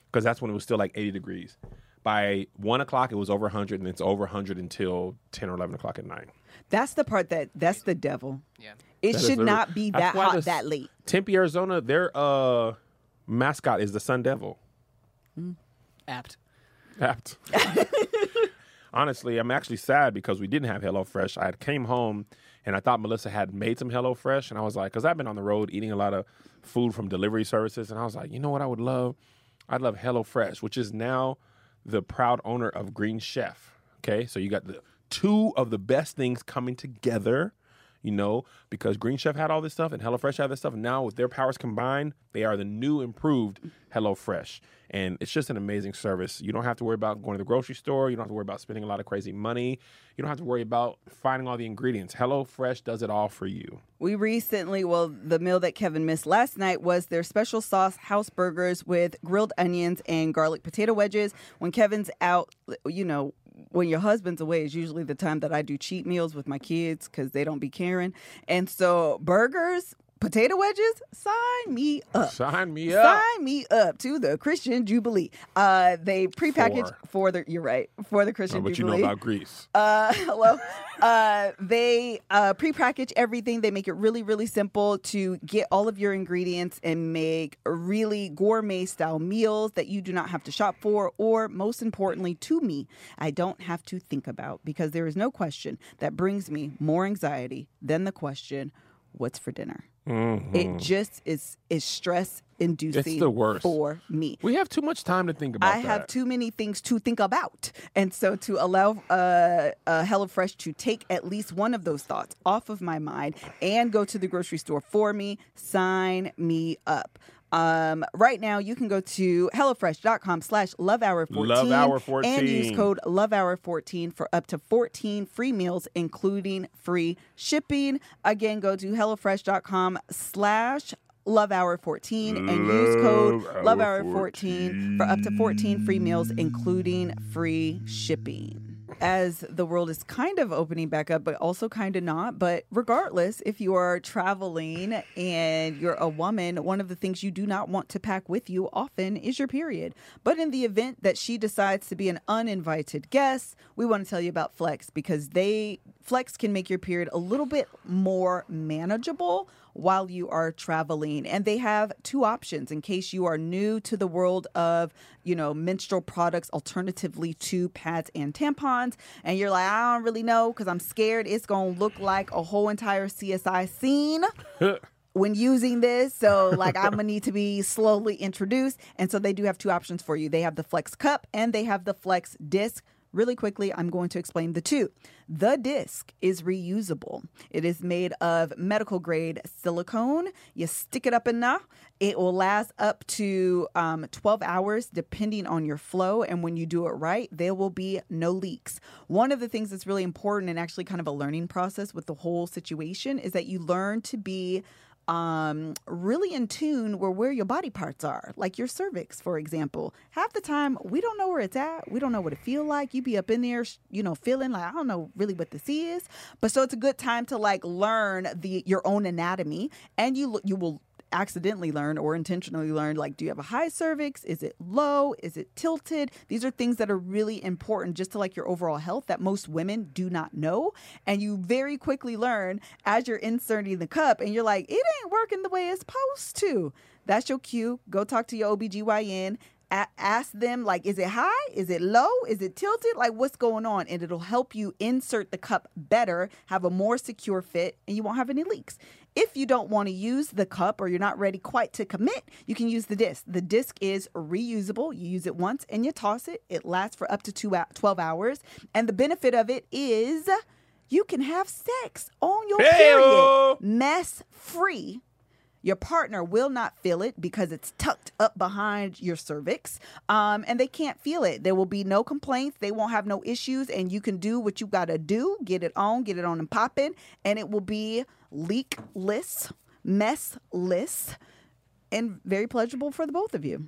Speaker 2: because that's when it was still like 80 degrees. By one o'clock, it was over 100, and it's over 100 until 10 or 11 o'clock at night.
Speaker 1: that's the part that, that's the devil.
Speaker 5: Yeah.
Speaker 1: It
Speaker 2: That is
Speaker 1: should
Speaker 2: literally-
Speaker 1: not be
Speaker 2: That's
Speaker 1: that
Speaker 2: why
Speaker 1: hot
Speaker 2: this-
Speaker 1: that late.
Speaker 2: Tempe, Arizona, their uh, mascot is the Sun Devil.
Speaker 5: Apt.
Speaker 2: Apt. Honestly, I'm actually sad because we didn't have HelloFresh. I had came home and I thought Melissa had made some HelloFresh, and I was like, because I've been on the road eating a lot of food from delivery services, and I was like, you know what, I would love, I'd love HelloFresh, which is now the proud owner of Green Chef. Okay, so you got the two of the best things coming together. You know, because Green Chef had all this stuff and HelloFresh had this stuff. And now, with their powers combined, they are the new improved HelloFresh. And it's just an amazing service. You don't have to worry about going to the grocery store. You don't have to worry about spending a lot of crazy money. You don't have to worry about finding all the ingredients. HelloFresh does it all for you.
Speaker 1: We recently, well, the meal that Kevin missed last night was their special sauce house burgers with grilled onions and garlic potato wedges. When Kevin's out, you know, when your husband's away is usually the time that I do cheat meals with my kids because they don't be caring. And so, burgers, potato wedges, sign me up.
Speaker 2: Sign me up.
Speaker 1: Sign me up to the Christian Jubilee. Uh, they prepackaged
Speaker 2: For.
Speaker 1: for the. You're right for the Christian
Speaker 2: Now, what you
Speaker 1: Jubilee.
Speaker 2: know about Greece.
Speaker 1: Uh, hello. Uh, they uh, prepackage everything. They make it really, really simple to get all of your ingredients and make really gourmet style meals that you do not have to shop for, or most importantly, to me, I don't have to think about because there is no question that brings me more anxiety than the question, "What's for dinner?" It just is is stress inducing.
Speaker 2: Mm-hmm. the worst.
Speaker 1: for me.
Speaker 2: We have too much time to think about
Speaker 1: I
Speaker 2: that.
Speaker 1: have too many things to think about. And so to allow uh, uh, HelloFresh to take at least one of those thoughts off of my mind and go to the grocery store for me, sign me up. Um, right now, you can go to HelloFresh.com slash LoveHour14
Speaker 2: Love Hour
Speaker 1: and
Speaker 2: 14.
Speaker 1: use code LoveHour14 for up to 14 free meals, including free shipping. Again, go to HelloFresh.com slash LoveHour14 and use code
Speaker 2: Love
Speaker 1: Love
Speaker 2: Hour
Speaker 1: Hour 14 for up to 14 free meals, including free shipping. As the world is kind of opening back up, but also kind of not. But regardless, if you are traveling and you're a woman, one of the things you do not want to pack with you often is your period. But in the event that she decides to be an uninvited guest, we want to tell you about Flex because they Flex can make your period a little bit more manageable while you are traveling and they have two options in case you are new to the world of you know menstrual products alternatively to pads and tampons and you're like i don't really know because i'm scared it's gonna look like a whole entire csi scene when using this. So, like, I'm gonna need to be slowly introduced. And so, they do have two options for you they have the Flex Cup and they have the Flex Disc. Really quickly, I'm going to explain the two. The disc is reusable. It is made of medical grade silicone. You stick it up in there. It will last up to um, 12 hours depending on your flow. And when you do it right, there will be no leaks. One of the things that's really important and actually kind of a learning process with the whole situation is that you learn to be um, really in tune where where your body parts are, like your cervix, for example. Half the time, we don't know where it's at. We don't know what it feel like. You be up in there, sh- you know, feeling like I don't know really what this is. But so it's a good time to like learn the your own anatomy, and you l- you will accidentally learn or intentionally learn like do you have a high cervix is it low is it tilted these are things that are really important just to like your overall health that most women do not know and you very quickly learn as you're inserting the cup and you're like it ain't working the way it's supposed to that's your cue go talk to your OBGYN a- ask them like is it high is it low is it tilted like what's going on and it'll help you insert the cup better have a more secure fit and you won't have any leaks if you don't want to use the cup or you're not ready quite to commit you can use the disc the disc is reusable you use it once and you toss it it lasts for up to two hou- 12 hours and the benefit of it is you can have sex on your
Speaker 2: Hey-o.
Speaker 1: period mess free your partner will not feel it because it's tucked up behind your cervix, um, and they can't feel it. There will be no complaints. They won't have no issues, and you can do what you gotta do. Get it on, get it on and popping, and it will be leakless, messless, and very pleasurable for the both of you.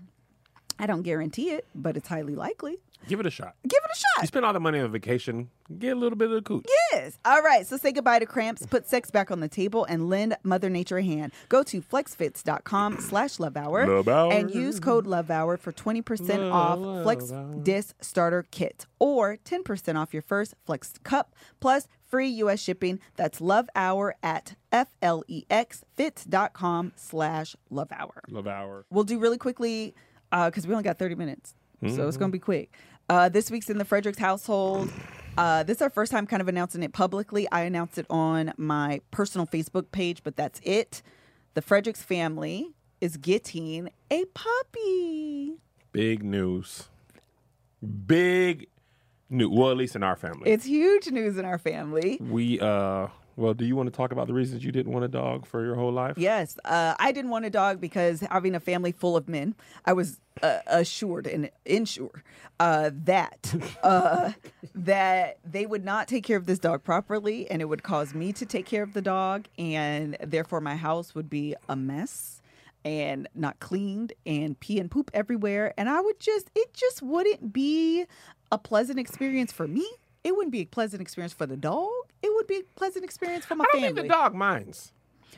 Speaker 1: I don't guarantee it, but it's highly likely.
Speaker 2: Give it a shot.
Speaker 1: Give it a shot.
Speaker 2: You spend all the money on vacation, get a little bit of the cooch.
Speaker 1: Yes. All right. So say goodbye to cramps, put sex back on the table, and lend Mother Nature a hand. Go to flexfits.com slash love hour
Speaker 2: Love hour.
Speaker 1: and use code love hour for 20%
Speaker 2: Love
Speaker 1: off Flex
Speaker 2: hour.
Speaker 1: Disc Starter Kit or 10% off your first Flex Cup plus free U.S. shipping. That's love hour at E flexfits.com slash love hour.
Speaker 2: Love hour.
Speaker 1: We'll do really quickly because we only got 30 minutes. So it's going to be quick. Uh, this week's in the Fredericks household. Uh, this is our first time kind of announcing it publicly. I announced it on my personal Facebook page, but that's it. The Fredericks family is getting a puppy.
Speaker 2: Big news. Big news. Well, at least in our family.
Speaker 1: It's huge news in our family.
Speaker 2: we uh well, do you want to talk about the reasons you didn't want a dog for your whole life?
Speaker 1: Yes, uh, I didn't want a dog because having a family full of men, I was uh, assured and insured uh, that uh, that they would not take care of this dog properly, and it would cause me to take care of the dog, and therefore my house would be a mess and not cleaned and pee and poop everywhere and i would just it just wouldn't be a pleasant experience for me it wouldn't be a pleasant experience for the dog it would be a pleasant experience for my
Speaker 2: I don't
Speaker 1: family
Speaker 2: think the dog minds.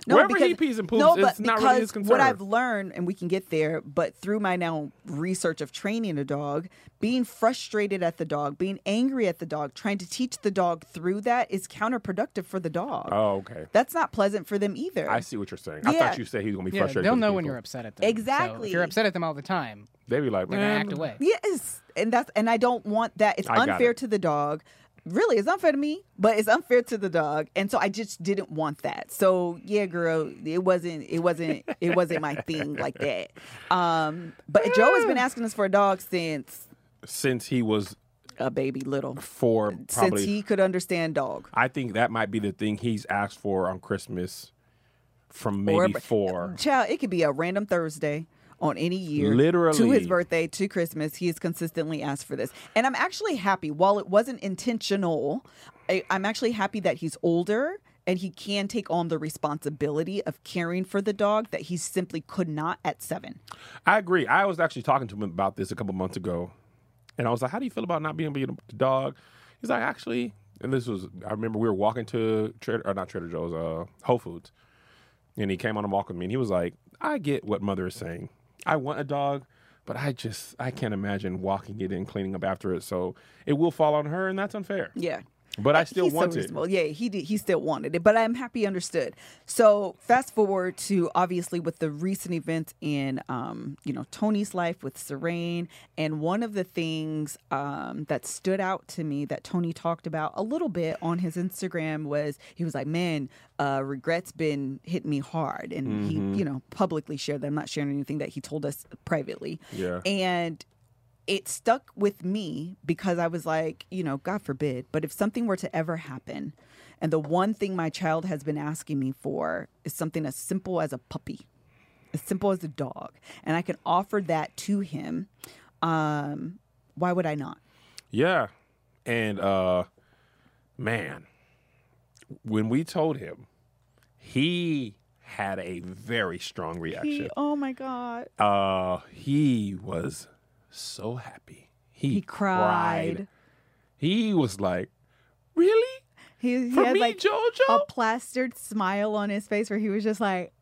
Speaker 2: Wherever he pees and poops,
Speaker 1: no,
Speaker 2: it's
Speaker 1: but
Speaker 2: not
Speaker 1: because
Speaker 2: really his concern.
Speaker 1: What I've learned, and we can get there, but through my now research of training a dog, being frustrated at the dog, being angry at the dog, trying to teach the dog through that is counterproductive for the dog.
Speaker 2: oh, okay.
Speaker 1: That's not pleasant for them either.
Speaker 2: I see what you're saying. I
Speaker 1: Yeah.
Speaker 2: thought you said he was gonna be
Speaker 5: Yeah,
Speaker 2: frustrated.
Speaker 5: they'll
Speaker 2: with
Speaker 5: know
Speaker 2: people.
Speaker 5: when you're upset at them. So
Speaker 1: Exactly.
Speaker 5: if you're upset at them all the time,
Speaker 2: They be like,
Speaker 5: they're gonna
Speaker 2: "Man,
Speaker 5: act away.
Speaker 1: Yes, and that's and I don't want that. It's
Speaker 2: I got
Speaker 1: unfair
Speaker 2: it.
Speaker 1: to the dog. Really, it's unfair to me, but it's unfair to the dog, and so I just didn't want that. So yeah, girl, it wasn't, it wasn't, it wasn't my thing like that. Um, but Joe has been asking us for a dog since
Speaker 2: Since he was
Speaker 1: a baby little,
Speaker 2: four, probably
Speaker 1: since he could understand dog.
Speaker 2: I think that might be the thing he's asked for on Christmas from maybe
Speaker 1: Or-
Speaker 2: four.
Speaker 1: Child, it could be a random Thursday on any year. To
Speaker 2: Literally.
Speaker 1: his birthday, to Christmas, he has consistently asked for this. And I'm actually happy. While it wasn't intentional, I, I'm actually happy that he's older and he can take on the responsibility of caring for the dog that he simply could not at seven.
Speaker 2: I agree. I was actually talking to him about this a couple months ago, and I was like, "How do you feel about not being able to get a dog?" He's like, "Actually," and this was I remember we were walking to Trader or not Trader Joe's, uh, Whole Foods, and he came on a walk with me, and he was like, "I get what mother is saying. I want a dog." But I just I can't imagine walking it and cleaning up after it, so it will fall on her, and that's unfair.
Speaker 1: Yeah.
Speaker 2: But I still
Speaker 1: He's
Speaker 2: want
Speaker 1: so
Speaker 2: it.
Speaker 1: reasonable. Yeah, he did. He still wanted it, but I'm happy he understood. So fast forward to obviously with the recent events in um, you know Tony's life with Serene, and one of the things um, that stood out to me that Tony talked about a little bit on his Instagram was he was like, "Man, uh, regrets been hitting me hard," and
Speaker 2: Mm-hmm.
Speaker 1: he you know publicly shared that. I'm not sharing anything that he told us privately.
Speaker 2: Yeah.
Speaker 1: and it stuck with me because I was like, you know, God forbid, but if something were to ever happen, and the one thing my child has been asking me for is something as simple as a puppy, as simple as a dog, and I can offer that to him, um, why would I not?
Speaker 2: Yeah. And uh man, when we told him, he had a very strong reaction.
Speaker 1: He, oh my God.
Speaker 2: uh he was so happy. He,
Speaker 1: He cried.
Speaker 2: He was like, "Really?
Speaker 1: He, he
Speaker 2: For
Speaker 1: had
Speaker 2: me,
Speaker 1: like
Speaker 2: Jojo?"
Speaker 1: a plastered smile on his face where he was just like,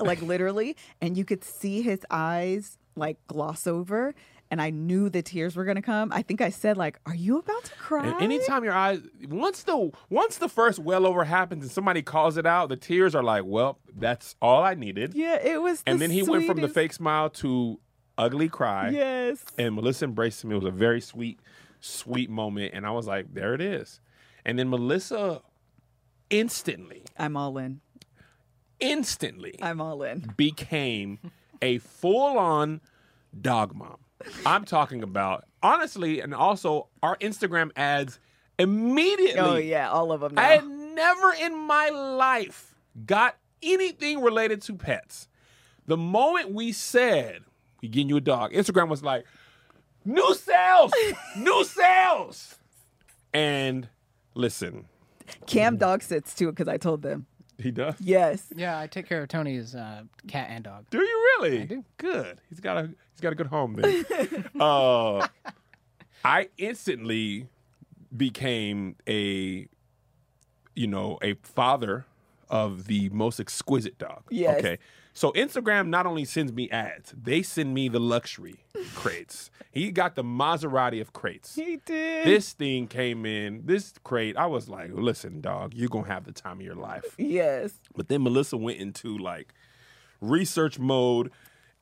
Speaker 1: like literally, and you could see his eyes like gloss over. And I knew the tears were gonna come. I think I said like, "Are you about to cry?"
Speaker 2: And anytime your eyes once the once the first well over happens and somebody calls it out, the tears are like, "Well, that's all I needed."
Speaker 1: yeah, it was.
Speaker 2: and
Speaker 1: the
Speaker 2: then he went from the
Speaker 1: sweetest-
Speaker 2: fake smile to ugly cry.
Speaker 1: Yes.
Speaker 2: And Melissa embraced me. It was a very sweet, sweet moment. And I was like, there it is. And then Melissa instantly,
Speaker 1: I'm all in.
Speaker 2: instantly
Speaker 1: I'm all in.
Speaker 2: became a full on dog mom. I'm talking about, honestly, and also our Instagram ads immediately.
Speaker 1: Oh yeah, all of them. Now.
Speaker 2: I had never in my life got anything related to pets. The moment we said, we getting you a dog, Instagram was like, new sales, new sales. And listen,
Speaker 1: Cam dog sits too because I told them.
Speaker 2: he does.
Speaker 1: Yes.
Speaker 5: Yeah, I take care of Tony's uh, cat and dog.
Speaker 2: Do you really?
Speaker 5: I do.
Speaker 2: Good. He's got a he's got a good home then. uh, I instantly became a you know a father of the most exquisite dog.
Speaker 1: Yes.
Speaker 2: Okay. So Instagram not only sends me ads, they send me the luxury crates. He got the Maserati of crates
Speaker 1: He did.
Speaker 2: this thing came in, this crate. I was like, listen, dog, you're going to have the time of your life.
Speaker 1: yes.
Speaker 2: But then Melissa went into like research mode,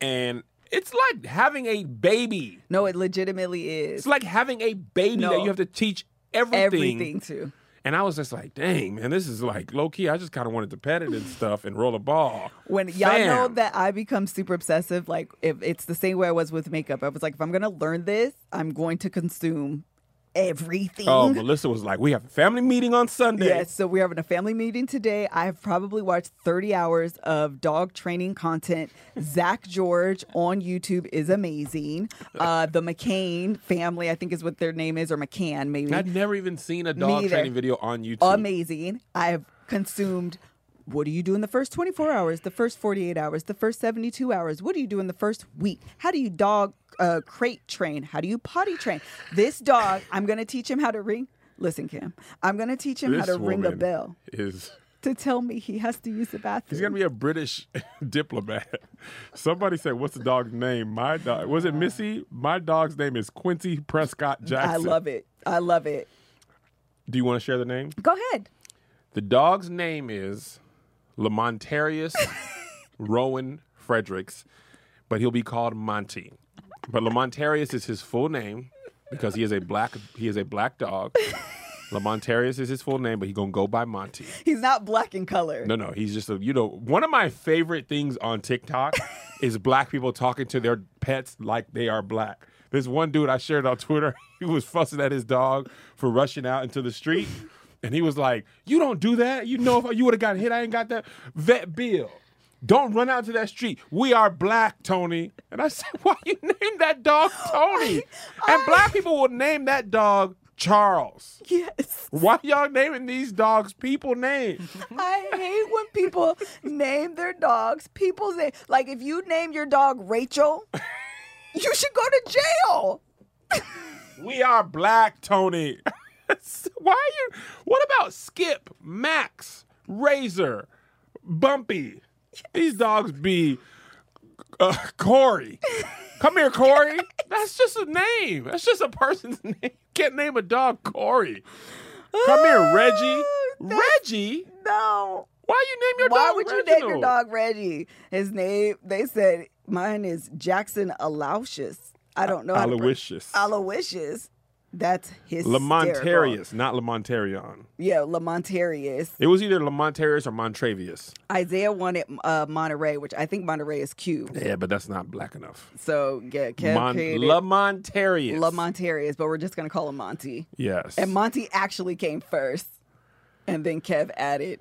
Speaker 2: and it's like having a baby.
Speaker 1: No, it legitimately is.
Speaker 2: It's like having a baby
Speaker 1: No.
Speaker 2: that you have to teach everything.
Speaker 1: everything too.
Speaker 2: And I was just like, dang, man, this is like low key. I just kind of wanted to pet it and stuff and roll a ball.
Speaker 1: When y'all know
Speaker 2: Fam.
Speaker 1: that I become super obsessive, like if it's the same way I was with makeup. I was like, if I'm gonna learn this, I'm going to consume everything.
Speaker 2: Oh, Melissa was like, we have a family meeting on Sunday.
Speaker 1: Yes, so we're having a family meeting today. I've probably watched 30 hours of dog training content. Zach George on YouTube is amazing. Uh, the McCain family, I think is what their name is, or McCann maybe.
Speaker 2: I'd never even seen a
Speaker 1: Me
Speaker 2: dog
Speaker 1: either.
Speaker 2: training video on YouTube.
Speaker 1: amazing. I have consumed. What do you do in the first 24 hours, the first 48 hours, the first 72 hours? What do you do in the first week? How do you dog uh, crate train? How do you potty train? This dog, I'm going to teach him how to ring. Listen, Kim, I'm going to teach him how
Speaker 2: This
Speaker 1: to ring a
Speaker 2: woman
Speaker 1: bell
Speaker 2: Is
Speaker 1: to tell me he has to use the bathroom.
Speaker 2: He's gonna be a British diplomat. Somebody said, "What's the dog's name?" My dog was it Missy. My dog's name is Quincy Prescott Jackson.
Speaker 1: I love it. I love it.
Speaker 2: Do you want to share the name?
Speaker 1: Go ahead.
Speaker 2: The dog's name is Lamontarius Rowan Fredericks, but he'll be called Monty. But Lamontarius is his full name because he is a black he is a black dog. Lamontarius is his full name, but he's gonna go by Monty.
Speaker 1: He's not black in color.
Speaker 2: No, no, he's just a you know one of my favorite things on TikTok is black people talking to their pets like they are black. This one dude I shared on Twitter, he was fussing at his dog for rushing out into the street, and he was like, "You don't do that. You know if you would have gotten hit, I ain't got that vet bill." Don't run out to that street. We are black, Tony. And I said, Why you name that dog Tony? and black people will name that dog Charles.
Speaker 1: Yes.
Speaker 2: Why y'all naming these dogs people names?
Speaker 1: I hate when people name their dogs people's name. Like if you name your dog Rachel, you should go to jail.
Speaker 2: We are black, Tony. Why are you? What about Skip, Max, Razor, Bumpy? These dogs be uh, Corey. Come here, Corey. That's just a name. That's just a person's name. Can't name a dog Corey. Come here, Reggie. Reggie.
Speaker 1: No.
Speaker 2: Why you name your
Speaker 1: Why
Speaker 2: dog?
Speaker 1: would you name your
Speaker 2: Reginald?
Speaker 1: dog Reggie? His name, they said mine is Jackson Aloysius. I don't know. how to pro-
Speaker 2: Aloysius.
Speaker 1: Aloysius. That's his
Speaker 2: Lamontarius, not Lamontarion.
Speaker 1: Yeah, Lamontarius.
Speaker 2: It was either Lamontarius or Montravius.
Speaker 1: Isaiah wanted uh, Monterey, which I think Monterey is Q.
Speaker 2: Yeah, but that's not black enough.
Speaker 1: So yeah, Kev
Speaker 2: Mon-
Speaker 1: created
Speaker 2: Lamontarius.
Speaker 1: Lamontarius, but we're just gonna call him Monty.
Speaker 2: Yes.
Speaker 1: And Monty actually came first, and then Kev added.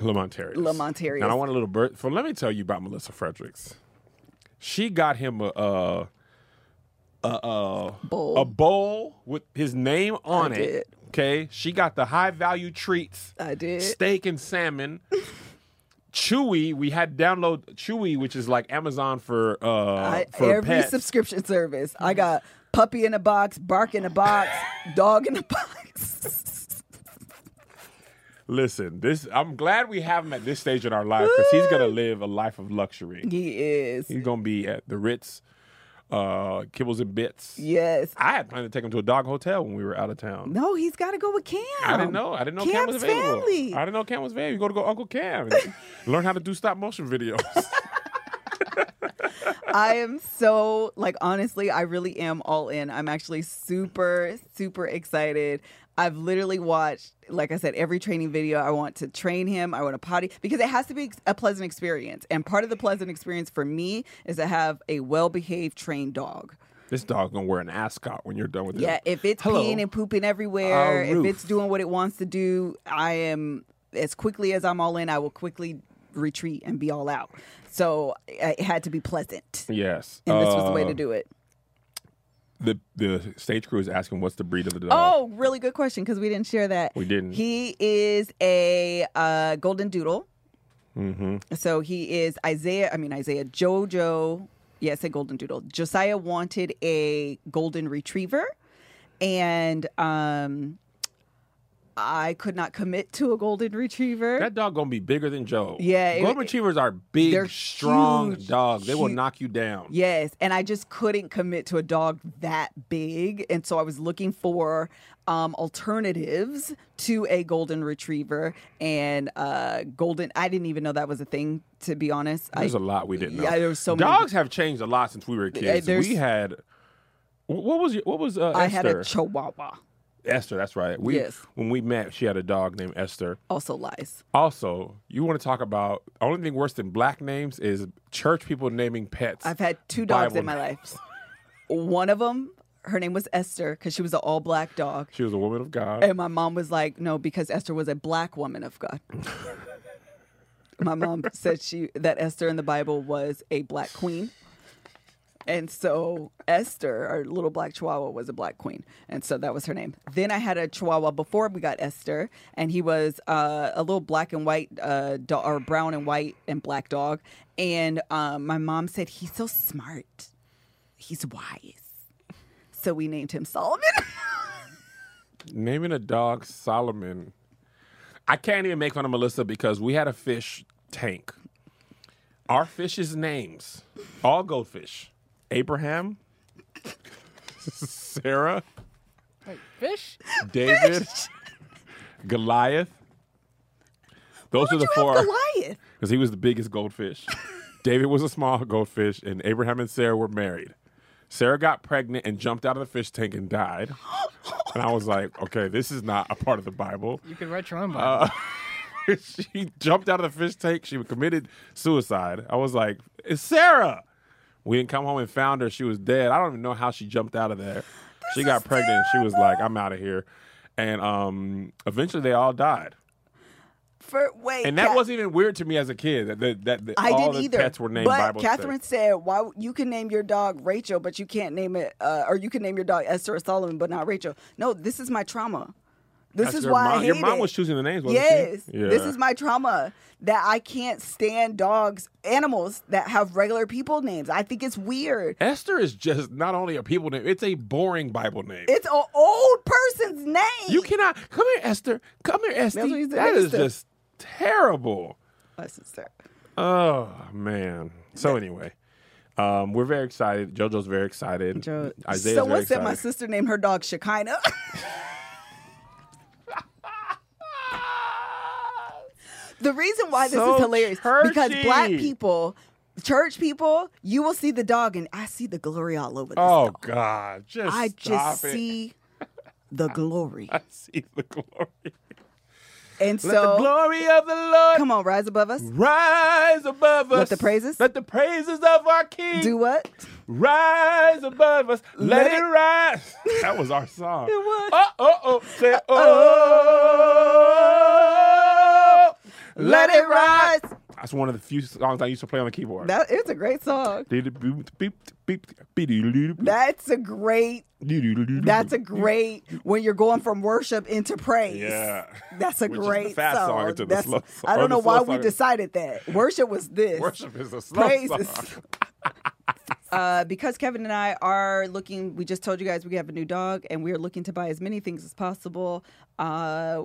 Speaker 2: Lamontarius.
Speaker 1: Lamontarius.
Speaker 2: Now I want a little birth. For let me tell you about Melissa Fredericks. She got him a uh, a, a
Speaker 1: Bowl.
Speaker 2: a bowl with his name on
Speaker 1: I
Speaker 2: it.
Speaker 1: did.
Speaker 2: Okay. She got the high value treats.
Speaker 1: I did.
Speaker 2: Steak and salmon. Chewy, we had to download Chewy, which is like Amazon for uh
Speaker 1: I,
Speaker 2: for
Speaker 1: every
Speaker 2: pets.
Speaker 1: subscription service, I got puppy in a box, bark in a box, dog in a box.
Speaker 2: Listen, this I'm glad we have him at this stage in our life because he's gonna live a life of luxury.
Speaker 1: he is.
Speaker 2: He's gonna be at the Ritz, uh, Kibbles and Bits.
Speaker 1: Yes.
Speaker 2: I had planned to take him to a dog hotel when we were out of town.
Speaker 1: No, he's got to go with Cam.
Speaker 2: I didn't know. I didn't know Cam
Speaker 1: Cam's
Speaker 2: was available.
Speaker 1: family.
Speaker 2: I didn't know Cam was available. You go to go Uncle Cam and learn how to do stop motion videos.
Speaker 1: I am so like honestly, I really am all in. I'm actually super super excited. I've literally watched, like I said, every training video. I want to train him. I want to potty because it has to be a pleasant experience. And part of the pleasant experience for me is to have a well-behaved trained dog.
Speaker 2: This dog gonna wear an ascot when you're done with
Speaker 1: Yeah,
Speaker 2: it.
Speaker 1: if it's
Speaker 2: Hello.
Speaker 1: peeing and pooping everywhere,
Speaker 2: Our
Speaker 1: if
Speaker 2: roof.
Speaker 1: it's doing what it wants to do, I am as quickly as I'm all in, I will quickly retreat and be all out. So uh, it had to be pleasant.
Speaker 2: Yes.
Speaker 1: And this was the way
Speaker 2: Uh,
Speaker 1: to do it.
Speaker 2: The the stage crew is asking what's the breed of the dog.
Speaker 1: Oh, really good question because we didn't share that.
Speaker 2: We didn't.
Speaker 1: He is a uh, golden doodle.
Speaker 2: Mm-hmm.
Speaker 1: So he is Isaiah, I mean, Isaiah Jojo. Yes, a golden doodle. Josiah wanted a golden retriever. And um, I could not commit to a golden retriever.
Speaker 2: That dog gonna be bigger than Joe.
Speaker 1: er Yeah, it-
Speaker 2: Golden retrievers are big,
Speaker 1: They're
Speaker 2: strong
Speaker 1: huge,
Speaker 2: dogs. They will
Speaker 1: huge.
Speaker 2: knock you down.
Speaker 1: Yes, and I just couldn't commit to a dog that big, and so I was looking for um, alternatives to a golden retriever and uh, golden. I didn't even know that was a thing, to be honest. I-
Speaker 2: There's a lot we didn't know.
Speaker 1: Yeah, there was so many-
Speaker 2: dogs have changed a lot since we were kids.
Speaker 1: there's-
Speaker 2: We had wh- what was your, what was uh,
Speaker 1: I had
Speaker 2: Esther?
Speaker 1: a Chihuahua.
Speaker 2: Esther, that's right. We
Speaker 1: Yes.
Speaker 2: when we met, she had a dog named Esther.
Speaker 1: Also lies.
Speaker 2: Also, you want to talk about only thing worse than black names is church people naming pets.
Speaker 1: I've had two dogs
Speaker 2: Bible
Speaker 1: in my
Speaker 2: names.
Speaker 1: life. One of them, her name was Esther, because she was an all-black dog.
Speaker 2: She was a woman of God.
Speaker 1: And my mom was like, no, because Esther was a black woman of God. my mom said she that Esther in the Bible was a black queen. And so Esther, our little black chihuahua, was a black queen. And so that was her name. Then I had a chihuahua before we got Esther, and he was uh, a little black and white, uh, do- or brown and white and black dog. And um, my mom said, he's so smart. He's wise. So we named him Solomon.
Speaker 2: Naming a dog Solomon. I can't even make fun of Melissa because we had a fish tank. Our fish's names, all goldfish Abraham, Sarah,
Speaker 5: Wait, fish?
Speaker 2: David, Goliath. Those are the four.
Speaker 1: Goliath.
Speaker 2: Because he was the biggest goldfish. David was a small goldfish, and Abraham and Sarah were married. Sarah got pregnant and jumped out of the fish tank and died. And I was like, okay, this is not a part of the Bible.
Speaker 5: You could write your own Bible.
Speaker 2: she jumped out of the fish tank. She committed suicide. I was like, it's Sarah. We didn't come home and found her. She was dead. I don't even know how she jumped out of there. she got pregnant. She was like, I'm out of here. And um, eventually they all died.
Speaker 1: For wait,
Speaker 2: And that
Speaker 1: Ca-
Speaker 2: wasn't even weird to me as a kid that, that, that, that
Speaker 1: I
Speaker 2: all
Speaker 1: didn't
Speaker 2: the
Speaker 1: either.
Speaker 2: pets were named
Speaker 1: but
Speaker 2: Bible stuff.
Speaker 1: Catherine said, "Why w- you can name your dog Rachel, but you can't name it, uh, or you can name your dog Esther or Solomon, but not Rachel." No, this is my trauma. This
Speaker 2: That's
Speaker 1: is
Speaker 2: your
Speaker 1: why I
Speaker 2: mom-
Speaker 1: hate
Speaker 2: your mom
Speaker 1: it.
Speaker 2: was choosing the names, wasn't she?
Speaker 1: Yes,
Speaker 2: Yeah.
Speaker 1: this is my trauma that I can't stand dogs, animals that have regular people names. I think it's weird.
Speaker 2: Esther is just not only a people name; it's a boring Bible name.
Speaker 1: It's an old person's name.
Speaker 2: you cannot come here, Esther. Come here, Esther.
Speaker 1: what he said,
Speaker 2: That is
Speaker 1: Esther.
Speaker 2: just terrible.
Speaker 1: My sister.
Speaker 2: Oh man. So anyway, um, we're very excited. JoJo's very excited.
Speaker 1: Jo-
Speaker 2: Isaiah's
Speaker 1: Someone
Speaker 2: very
Speaker 1: said
Speaker 2: excited.
Speaker 1: my sister named her dog Shekinah. the reason why this
Speaker 2: So
Speaker 1: is hilarious because black
Speaker 2: churchy.
Speaker 1: people, church people, you will see the dog and I see the glory all over this.
Speaker 2: Oh
Speaker 1: dog.
Speaker 2: God! Just
Speaker 1: I
Speaker 2: stop
Speaker 1: just
Speaker 2: it.
Speaker 1: see the glory.
Speaker 2: I see the glory.
Speaker 1: And
Speaker 2: Let the
Speaker 1: so
Speaker 2: glory of the Lord
Speaker 1: come on, rise above us.
Speaker 2: rise above us.
Speaker 1: Let the praises-
Speaker 2: Let the praises of our King
Speaker 1: Do what?
Speaker 2: Rise above us, let,
Speaker 1: Let
Speaker 2: it,
Speaker 1: it-
Speaker 2: rise. That was our song. it
Speaker 1: was.
Speaker 2: Oh, oh, oh. Say, oh, let it rise. That's one of the few songs I used to play on the keyboard.
Speaker 1: That it's a great song. That's a great that's a great when you're going from worship into praise.
Speaker 2: Yeah.
Speaker 1: That's a
Speaker 2: Which is the
Speaker 1: great
Speaker 2: fast song
Speaker 1: song.
Speaker 2: into the
Speaker 1: That's-
Speaker 2: slow song-
Speaker 1: I
Speaker 2: or
Speaker 1: don't
Speaker 2: the
Speaker 1: know why
Speaker 2: slow
Speaker 1: we
Speaker 2: song.
Speaker 1: decided that. Worship was this.
Speaker 2: Worship is a slow
Speaker 1: praise
Speaker 2: song.
Speaker 1: is uh, because Kevin and I are looking. We just told you guys we have a new dog, and we are looking to buy as many things as possible. Uh,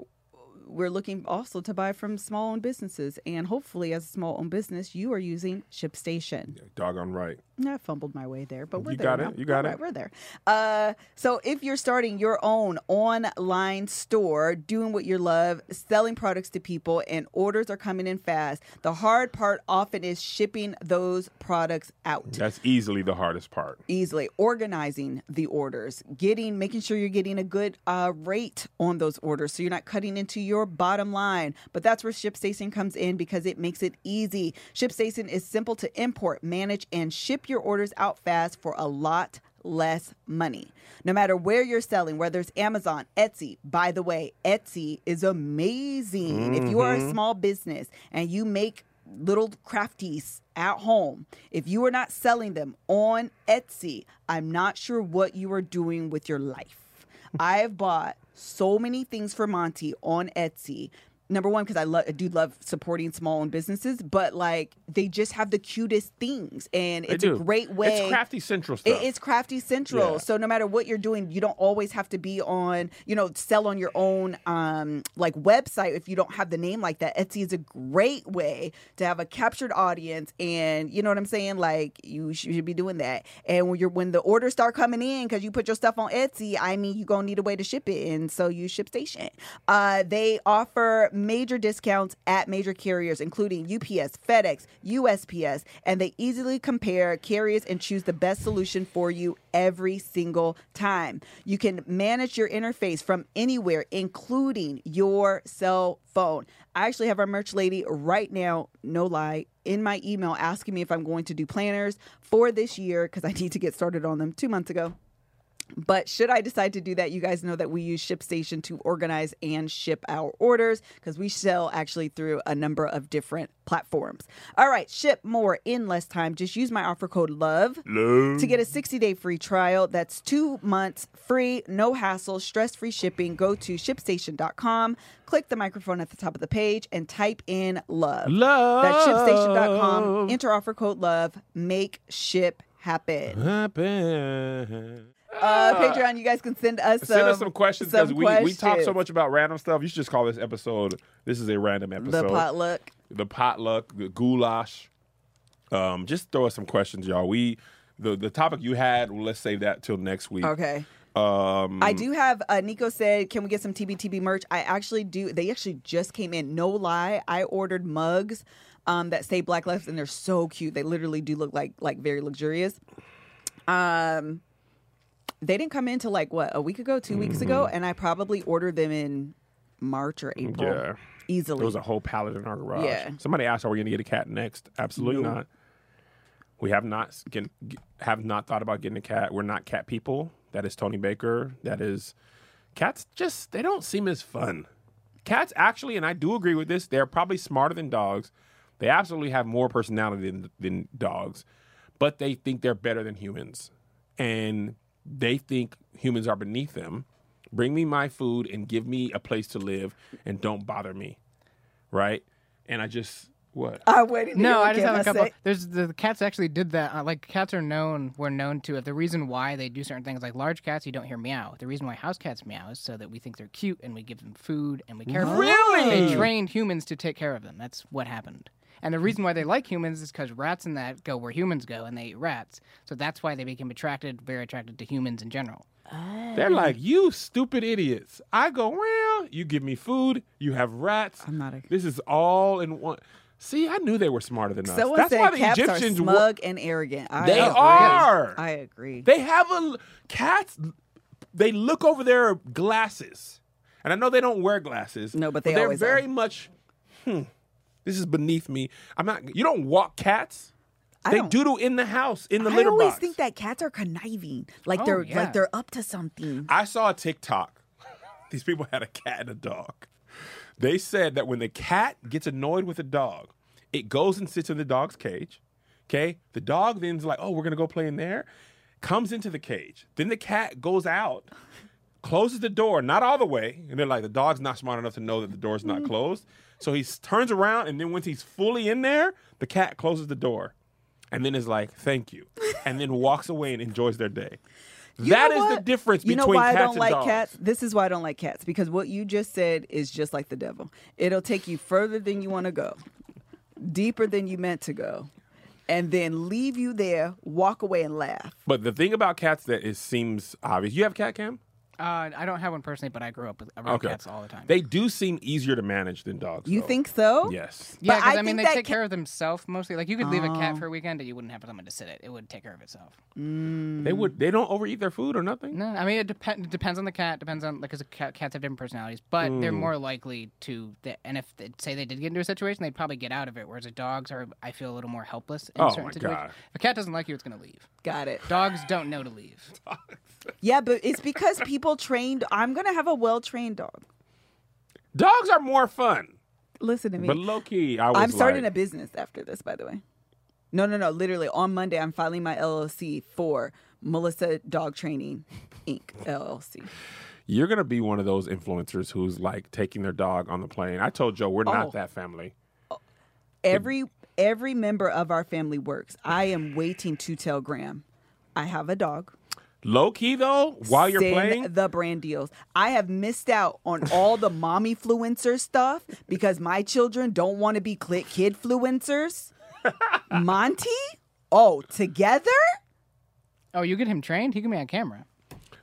Speaker 1: we're looking also to buy from small owned businesses. And hopefully, as a small owned business, you are using ShipStation.
Speaker 2: Doggone right.
Speaker 1: I fumbled my way there, but we're
Speaker 2: You
Speaker 1: there.
Speaker 2: got
Speaker 1: now.
Speaker 2: it. You got
Speaker 1: All
Speaker 2: it.
Speaker 1: right, we're there. Uh, so, if you're starting your own online store, doing what you love, selling products to people, and orders are coming in fast, the hard part often is shipping those products out
Speaker 2: That's easily the hardest part.
Speaker 1: easily organizing the orders getting making sure you're getting a good uh, rate on those orders so you're not cutting into your bottom line but that's where shipstation comes in because it makes it easy shipstation is simple to import manage and ship your orders out fast for a lot less money no matter where you're selling whether it's amazon etsy by the way etsy is amazing if you are a small business and you make little crafties at home. If you are not selling them on Etsy, I'm not sure what you are doing with your life. I have bought so many things for Monty on Etsy. Number one, because I, lo- I do love supporting small owned businesses, but like they just have the cutest things, and
Speaker 2: They
Speaker 1: it's a
Speaker 2: do.
Speaker 1: great way.
Speaker 2: It's crafty central stuff.
Speaker 1: It- it's crafty central.
Speaker 2: Yeah.
Speaker 1: So no matter what you're doing, you don't always have to be on, you know, sell on your own um like website if you don't have the name like that. Etsy is a great way to have a captured audience and you know what I'm saying? Like you sh- you should be doing that. And when you're when the orders start coming in cuz you put your stuff on Etsy, I mean you're going to need a way to ship it and so you ShipStation. Uh they offer major discounts at major carriers including UPS, FedEx, USPS, and they easily compare carriers and choose the best solution for you every single time. You can manage your interface from anywhere, including your cell phone. I actually have our merch lady right now, no lie, in my email asking me if I'm going to do planners for this year because I need to get started on them two months ago. But should I decide to do that, you guys know that we use ShipStation to organize and ship our orders because we sell actually through a number of different platforms. All right, ship more in less time. Just use my offer code LOVE
Speaker 2: Love.
Speaker 1: to get a 60 day free trial. That's two months free, no hassle, stress free shipping. Go to shipstation.com, click the microphone at the top of the page, and type in LOVE.
Speaker 2: Love.
Speaker 1: That's shipstation.com. Enter offer code LOVE. Make ship happen.
Speaker 2: Happen.
Speaker 1: Uh, Patreon, you guys can send us some,
Speaker 2: Send us some questions because
Speaker 1: some
Speaker 2: we, we talk so
Speaker 1: questions.
Speaker 2: much about random stuff. You should just call this episode. This is a random
Speaker 1: The
Speaker 2: episode.
Speaker 1: potluck.
Speaker 2: the potluck, the goulash. Um, just throw us some questions, y'all. We the the topic you had. Let's save that till next week.
Speaker 1: Okay.
Speaker 2: Um,
Speaker 1: I do have. Uh, Nico said, "Can we get some TBTB merch?" I actually do. They actually just came in. No lie, I ordered mugs um, that say Black Lives, and they're so cute. They literally do look like like very luxurious. Um, they didn't come in till like what a week ago, 2 weeks
Speaker 2: Mm-hmm.
Speaker 1: ago, and I probably ordered them in March or April.
Speaker 2: Yeah.
Speaker 1: easily.
Speaker 2: There was a whole pallet in our garage.
Speaker 1: Yeah.
Speaker 2: Somebody asked, "Are we going to get a cat next?" Absolutely not. We have not s- get, g- have not thought about getting a cat. We're not cat people. That is Tony Baker. That is cats. Just they don't seem as fun. Cats actually, and I do agree with this. They're probably smarter than dogs. They absolutely have more personality than, than dogs, but they think they're better than humans, and they think humans are beneath them. Bring me my food and give me a place to live, and don't bother me right? And I just what?
Speaker 1: I'm waiting. to hear
Speaker 5: No,
Speaker 1: what
Speaker 5: I just
Speaker 1: Kim
Speaker 5: have a
Speaker 1: has
Speaker 5: couple.
Speaker 1: say.
Speaker 5: There's the, the cats actually did that. Uh, like cats are known, were known to. The reason why they do certain things, like large cats, you don't hear meow. The reason why house cats meow is so that we think they're cute and we give them food and we care for them.
Speaker 2: Really?
Speaker 5: They trained humans to take care of them. That's what happened. And the reason why they like humans is because rats and that go where humans go, and they eat rats. So that's why they became attracted, very attracted to humans in general.
Speaker 1: mm.
Speaker 2: They're like you stupid idiots. I go well. You give me food. You have rats.
Speaker 1: I'm not a-
Speaker 2: This is all in one. See, I knew they were smarter than us.
Speaker 1: Someone
Speaker 2: That's why
Speaker 1: said
Speaker 2: the
Speaker 1: cats
Speaker 2: Egyptians
Speaker 1: are
Speaker 2: were-
Speaker 1: smug and arrogant. I
Speaker 2: They
Speaker 1: agree.
Speaker 2: are.
Speaker 1: I agree.
Speaker 2: They have a cats. They look over their glasses, and I know they don't wear glasses.
Speaker 1: No, but they
Speaker 2: they're
Speaker 1: always
Speaker 2: very
Speaker 1: are.
Speaker 2: much. Hmm, this is beneath me. I'm not. You don't walk cats.
Speaker 1: I
Speaker 2: they
Speaker 1: don't-
Speaker 2: doodle in the house in the
Speaker 1: I
Speaker 2: litter
Speaker 1: always
Speaker 2: box.
Speaker 1: think that cats are conniving, like
Speaker 5: Oh,
Speaker 1: they're
Speaker 5: yeah.
Speaker 1: like they're up to something.
Speaker 2: I saw a TikTok. These people had a cat and a dog. They said that when the cat gets annoyed with the dog, it goes and sits in the dog's cage. Okay. The dog then's like, oh, we're going to go play in there, comes into the cage. Then the cat goes out, closes the door, not all the way. And they're like, the dog's not smart enough to know that the door's not
Speaker 1: Mm-hmm.
Speaker 2: closed. So he s- turns around. And then once he's fully in there, the cat closes the door and then is like, thank you. And then walks away and enjoys their day.
Speaker 1: You
Speaker 2: That
Speaker 1: know
Speaker 2: is the
Speaker 1: what?
Speaker 2: difference
Speaker 1: You know
Speaker 2: between
Speaker 1: why
Speaker 2: cats
Speaker 1: I don't
Speaker 2: and
Speaker 1: like
Speaker 2: dogs.
Speaker 1: cats? This is why I don't like cats because what you just said is just like the devil. It'll take you further than you want to go, deeper than you meant to go, and then leave you there, walk away, and laugh.
Speaker 2: But the thing about cats that it seems obvious. You have cat cam?
Speaker 5: Uh, I don't have one personally, but I grew up with around
Speaker 2: Okay.
Speaker 5: cats all the time.
Speaker 2: They do seem easier to manage than dogs.
Speaker 1: You
Speaker 2: though.
Speaker 1: think so?
Speaker 2: Yes.
Speaker 5: yeah,
Speaker 1: but
Speaker 5: because
Speaker 1: I
Speaker 5: I, mean,
Speaker 1: think
Speaker 5: they
Speaker 1: that
Speaker 5: take
Speaker 1: ca- Oh.
Speaker 5: care of themselves mostly. Like you could leave a cat for a weekend, and you wouldn't have someone to sit it. It would take care of itself.
Speaker 1: Hmm.
Speaker 2: They would. They don't overeat their food or nothing.
Speaker 5: No, I mean it, depend, it depends on the cat. Depends on like because cats have different personalities, but they're
Speaker 2: Mm.
Speaker 5: more likely to. th- And if they, say they did get into a situation, they'd probably get out of it. Whereas the dogs are, I feel a little more helpless. In
Speaker 2: Oh,
Speaker 5: certain
Speaker 2: my
Speaker 5: situations.
Speaker 2: God.
Speaker 5: If a cat doesn't like you, it's gonna leave.
Speaker 1: Got it.
Speaker 5: Dogs don't know to leave.
Speaker 1: Yeah, but it's because people trained. I'm gonna have a well trained dog.
Speaker 2: Dogs are more fun.
Speaker 1: Listen to me.
Speaker 2: But low key, I was
Speaker 1: I'm starting
Speaker 2: like,
Speaker 1: a business after this, by the way. No, no, no. Literally on Monday, I'm filing my LLC for Melissa Dog Training Inc. LLC.
Speaker 2: You're gonna be one of those influencers who's like taking their dog on the plane. I told Joe we're
Speaker 1: Oh.
Speaker 2: not that family.
Speaker 1: Every every member of our family works. I am waiting to tell Graham. I have a dog.
Speaker 2: Low key though, while you're
Speaker 1: Send
Speaker 2: playing,
Speaker 1: the brand deals. I have missed out on all the mommy fluencer stuff because my children don't want to be click kid fluencers. Monty? Oh, together?
Speaker 5: Oh, you get him trained, he can be on camera.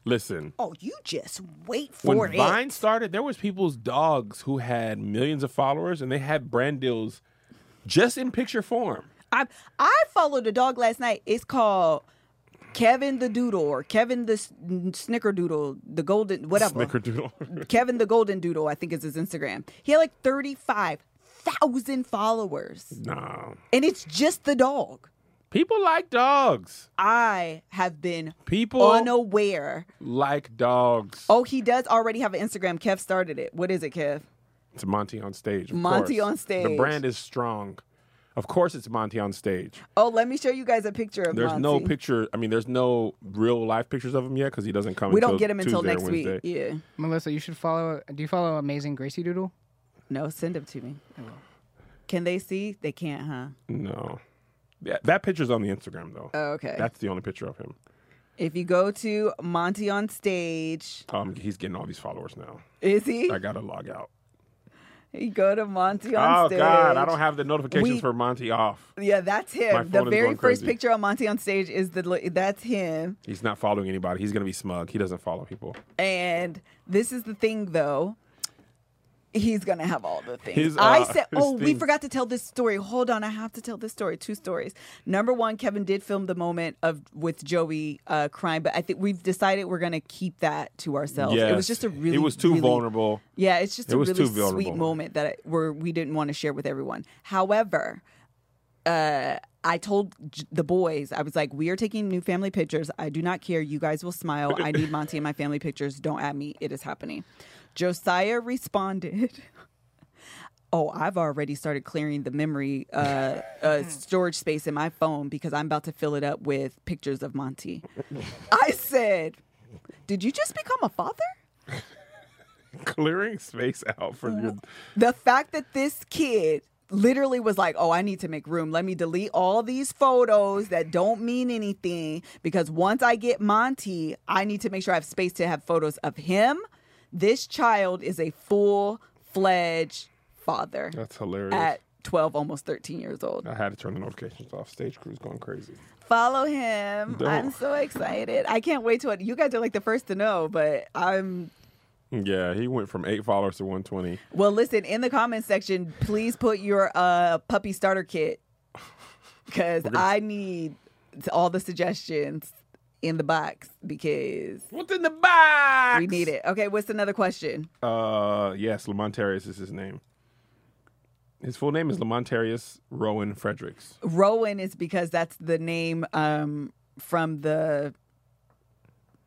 Speaker 2: listen.
Speaker 1: Oh, you just wait for
Speaker 2: When
Speaker 1: it.
Speaker 2: Vine started, there was people's dogs who had millions of followers and they had brand deals just in picture form.
Speaker 1: I I followed a dog last night. It's called Kevin the Doodle or Kevin the S- Snickerdoodle, the Golden whatever.
Speaker 2: Snickerdoodle.
Speaker 1: Kevin the Golden Doodle, I think is his Instagram. He had like thirty five thousand followers,
Speaker 2: no,
Speaker 1: and it's just the dog.
Speaker 2: people like dogs.
Speaker 1: I have been
Speaker 2: People
Speaker 1: unaware.
Speaker 2: like dogs.
Speaker 1: Oh, he does already have an Instagram. Kev started it. What is it, Kev?
Speaker 2: It's Monty on stage. of
Speaker 1: Monty
Speaker 2: course.
Speaker 1: on stage.
Speaker 2: The brand is strong. Of course, it's Monty on stage.
Speaker 1: Oh, let me show you guys a picture of
Speaker 2: There's
Speaker 1: Monty.
Speaker 2: no picture. I mean, there's no real life pictures of him yet because he doesn't come.
Speaker 1: We don't
Speaker 2: until
Speaker 1: get him until
Speaker 2: Tuesday or
Speaker 1: next week.
Speaker 2: Wednesday.
Speaker 1: Yeah.
Speaker 5: Melissa, you should follow. Do you follow Amazing Gracie Doodle?
Speaker 1: No, send them to me. Can they see? They can't, huh?
Speaker 2: No, yeah, that picture's on the Instagram though.
Speaker 1: Oh, okay.
Speaker 2: That's the only picture of him.
Speaker 1: If you go to Monty on stage,
Speaker 2: Um, he's getting all these followers now.
Speaker 1: is he?
Speaker 2: I gotta log out.
Speaker 1: You go to Monty on
Speaker 2: Oh
Speaker 1: stage.
Speaker 2: God, I don't have the notifications
Speaker 1: We-
Speaker 2: for Monty off.
Speaker 1: Yeah, that's
Speaker 2: My
Speaker 1: him.
Speaker 2: phone
Speaker 1: The
Speaker 2: is
Speaker 1: very
Speaker 2: going
Speaker 1: first
Speaker 2: crazy.
Speaker 1: picture on Monty on stage is the li- that's him.
Speaker 2: He's not following anybody. He's gonna be smug. He doesn't follow people.
Speaker 1: And this is the thing though. He's gonna have all the things.
Speaker 2: His,
Speaker 1: I
Speaker 2: uh,
Speaker 1: said,
Speaker 2: his
Speaker 1: "Oh, we
Speaker 2: things.
Speaker 1: forgot to tell this story. Hold on, I have to tell this story. Two stories. Number one, Kevin did film the moment of with Joey uh, crying, but I think we've decided we're gonna keep that to ourselves. It was
Speaker 2: Yes.
Speaker 1: just a really,
Speaker 2: It was too
Speaker 1: really-
Speaker 2: vulnerable.
Speaker 1: Yeah, it's just
Speaker 2: It
Speaker 1: a
Speaker 2: was
Speaker 1: really
Speaker 2: too vulnerable.
Speaker 1: sweet moment that I, where we didn't want to share with everyone. However, uh, I told j- the boys, I was like, "We are taking new family pictures. I do not care. You guys will smile. I need Monty in my family pictures. Don't at me. It is happening." Josiah responded. Oh, I've already started clearing the memory uh, uh, storage space in my phone because I'm about to fill it up with pictures of Monty. I said, Did you just become a father?
Speaker 2: Clearing space out for your.
Speaker 1: the fact that this kid literally was like, "Oh, I need to make room. Let me delete all these photos that don't mean anything because once I get Monty, I need to make sure I have space to have photos of him." This child is a full-fledged father
Speaker 2: That's hilarious.
Speaker 1: at 12 almost 13 years old.
Speaker 2: I had to turn the notifications off. Stage crew's going crazy.
Speaker 1: Follow him.
Speaker 2: Don't.
Speaker 1: I'm so excited. I can't wait to it. You guys are like the first to know, but I'm
Speaker 2: Yeah, he went from eight followers to 120.
Speaker 1: Well, listen, in the comments section, please put your uh, puppy starter kit because I need all the suggestions in the box because
Speaker 2: What's in the box?
Speaker 1: we need it. Okay, what's another question?
Speaker 2: Uh, yes, Lamontarius is his name. His full name is Lamontarius Rowan Fredericks.
Speaker 1: Rowan is because that's the name um, from the.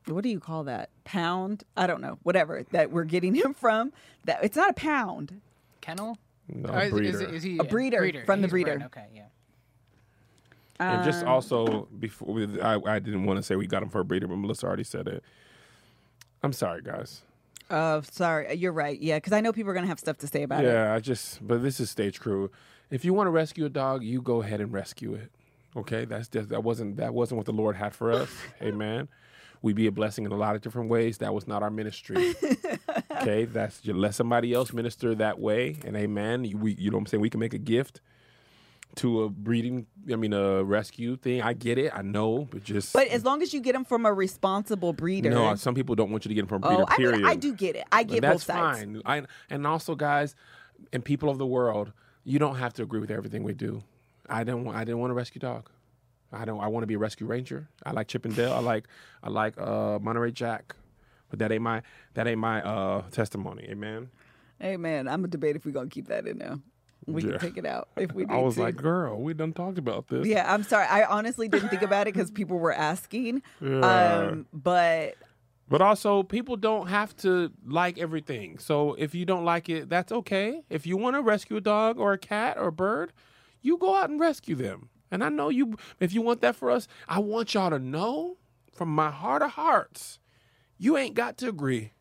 Speaker 1: What do you call that? Pound? I don't know. Whatever that we're getting him from. That it's not a pound.
Speaker 5: Kennel?
Speaker 2: No,
Speaker 5: Or Oh, is, is-
Speaker 2: breeder.
Speaker 5: is he
Speaker 1: A breeder, from the
Speaker 5: He's a
Speaker 1: breeder.
Speaker 5: Okay, yeah.
Speaker 2: and just
Speaker 1: Um,
Speaker 2: also before we- I, I didn't want to say we got him for a breeder, but Melissa already said it. I'm sorry, guys.
Speaker 1: Oh, sorry. You're right. Yeah, because I know people are gonna have stuff to say about it.
Speaker 2: Yeah, I just but this is stage crew. If you want to rescue a dog, you go ahead and rescue it. Okay, that's just, that wasn't that wasn't what the Lord had for us. Amen. We be a blessing in a lot of different ways. That was not our ministry. okay, that's you let somebody else minister that way, and amen. You, we, you know what I'm saying? We can make a gift to a breeding, I mean, a rescue thing. I get it, I know, but just
Speaker 1: But as long as you get them from a responsible breeder.
Speaker 2: no. Some people don't want you to get them from a breeder.
Speaker 1: oh, I
Speaker 2: period.
Speaker 1: mean, I do get it. I get
Speaker 2: And
Speaker 1: both
Speaker 2: that's
Speaker 1: sides.
Speaker 2: fine. I, and also, guys, and people of the world, you don't have to agree with everything we do. I don't. wa- I didn't want a rescue dog. I don't. I want to be a rescue ranger. I like Chip and Dale. I like. I like uh, Monterey Jack. But that ain't my. That ain't my uh, testimony. Amen.
Speaker 1: Hey man, I'm a debate if we're gonna keep that in now. We
Speaker 2: Yeah.
Speaker 1: can take it out if we need
Speaker 2: I was
Speaker 1: to.
Speaker 2: like, girl, we done talked about this.
Speaker 1: yeah, I'm sorry. I honestly didn't think about it because people were asking.
Speaker 2: Yeah.
Speaker 1: Um, but
Speaker 2: But also, people don't have to like everything. So if you don't like it, that's okay. If you want to rescue a dog or a cat or a bird, you go out and rescue them. And I know you, if you want that for us, I want y'all to know from my heart of hearts, you ain't got to agree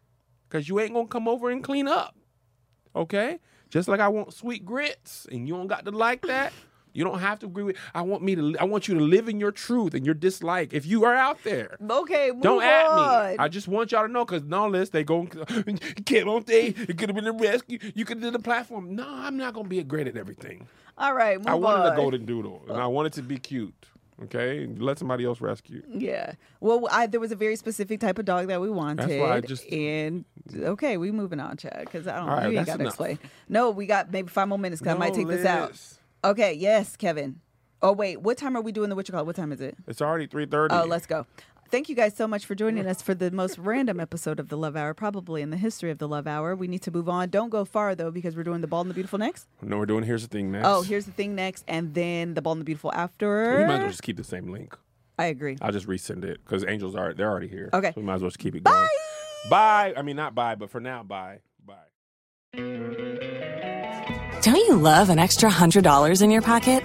Speaker 2: because you ain't going to come over and clean up. Okay? Just like I want sweet grits and you don't got to like that. You don't have to agree with. I want me to. I want you to live in your truth and your dislike. If you are out there,
Speaker 1: okay, move
Speaker 2: don't at
Speaker 1: on.
Speaker 2: me. I just want y'all to know because no list they go Kim on day. It could have been a rescue. You could have did the platform. No, I'm not gonna be great at everything.
Speaker 1: All right, move
Speaker 2: I wanted
Speaker 1: on.
Speaker 2: a golden doodle and I wanted to be cute. Okay, and let somebody else rescue.
Speaker 1: Yeah. Well, I, there was a very specific type of dog that we wanted.
Speaker 2: I just-
Speaker 1: and okay, we moving on, Chad, because I don't.
Speaker 2: All right,
Speaker 1: you ain't
Speaker 2: that's
Speaker 1: got to
Speaker 2: enough.
Speaker 1: explain. No, we got maybe five more minutes because I might
Speaker 2: No,
Speaker 1: take this out.
Speaker 2: Liz.
Speaker 1: Okay. Yes, Kevin. Oh wait, what time are we doing the witcher call? What time is it?
Speaker 2: It's already three thirty.
Speaker 1: Oh, let's go. Thank you guys so much for joining us for the most random episode of the Love Hour, probably in the history of the Love Hour. We need to move on. Don't go far though, because we're doing the Bald and the Beautiful next.
Speaker 2: No, we're doing. Here's the thing next.
Speaker 1: Oh, here's the thing next, and then the Bald and the Beautiful after.
Speaker 2: We might as well just keep the same link.
Speaker 1: I agree.
Speaker 2: I'll just resend it because angels are they're already here.
Speaker 1: Okay.
Speaker 2: So we might as well just keep it going. Bye. Bye. I mean, not bye, but for now, bye. Bye.
Speaker 6: Don't you love an extra $100 in your pocket?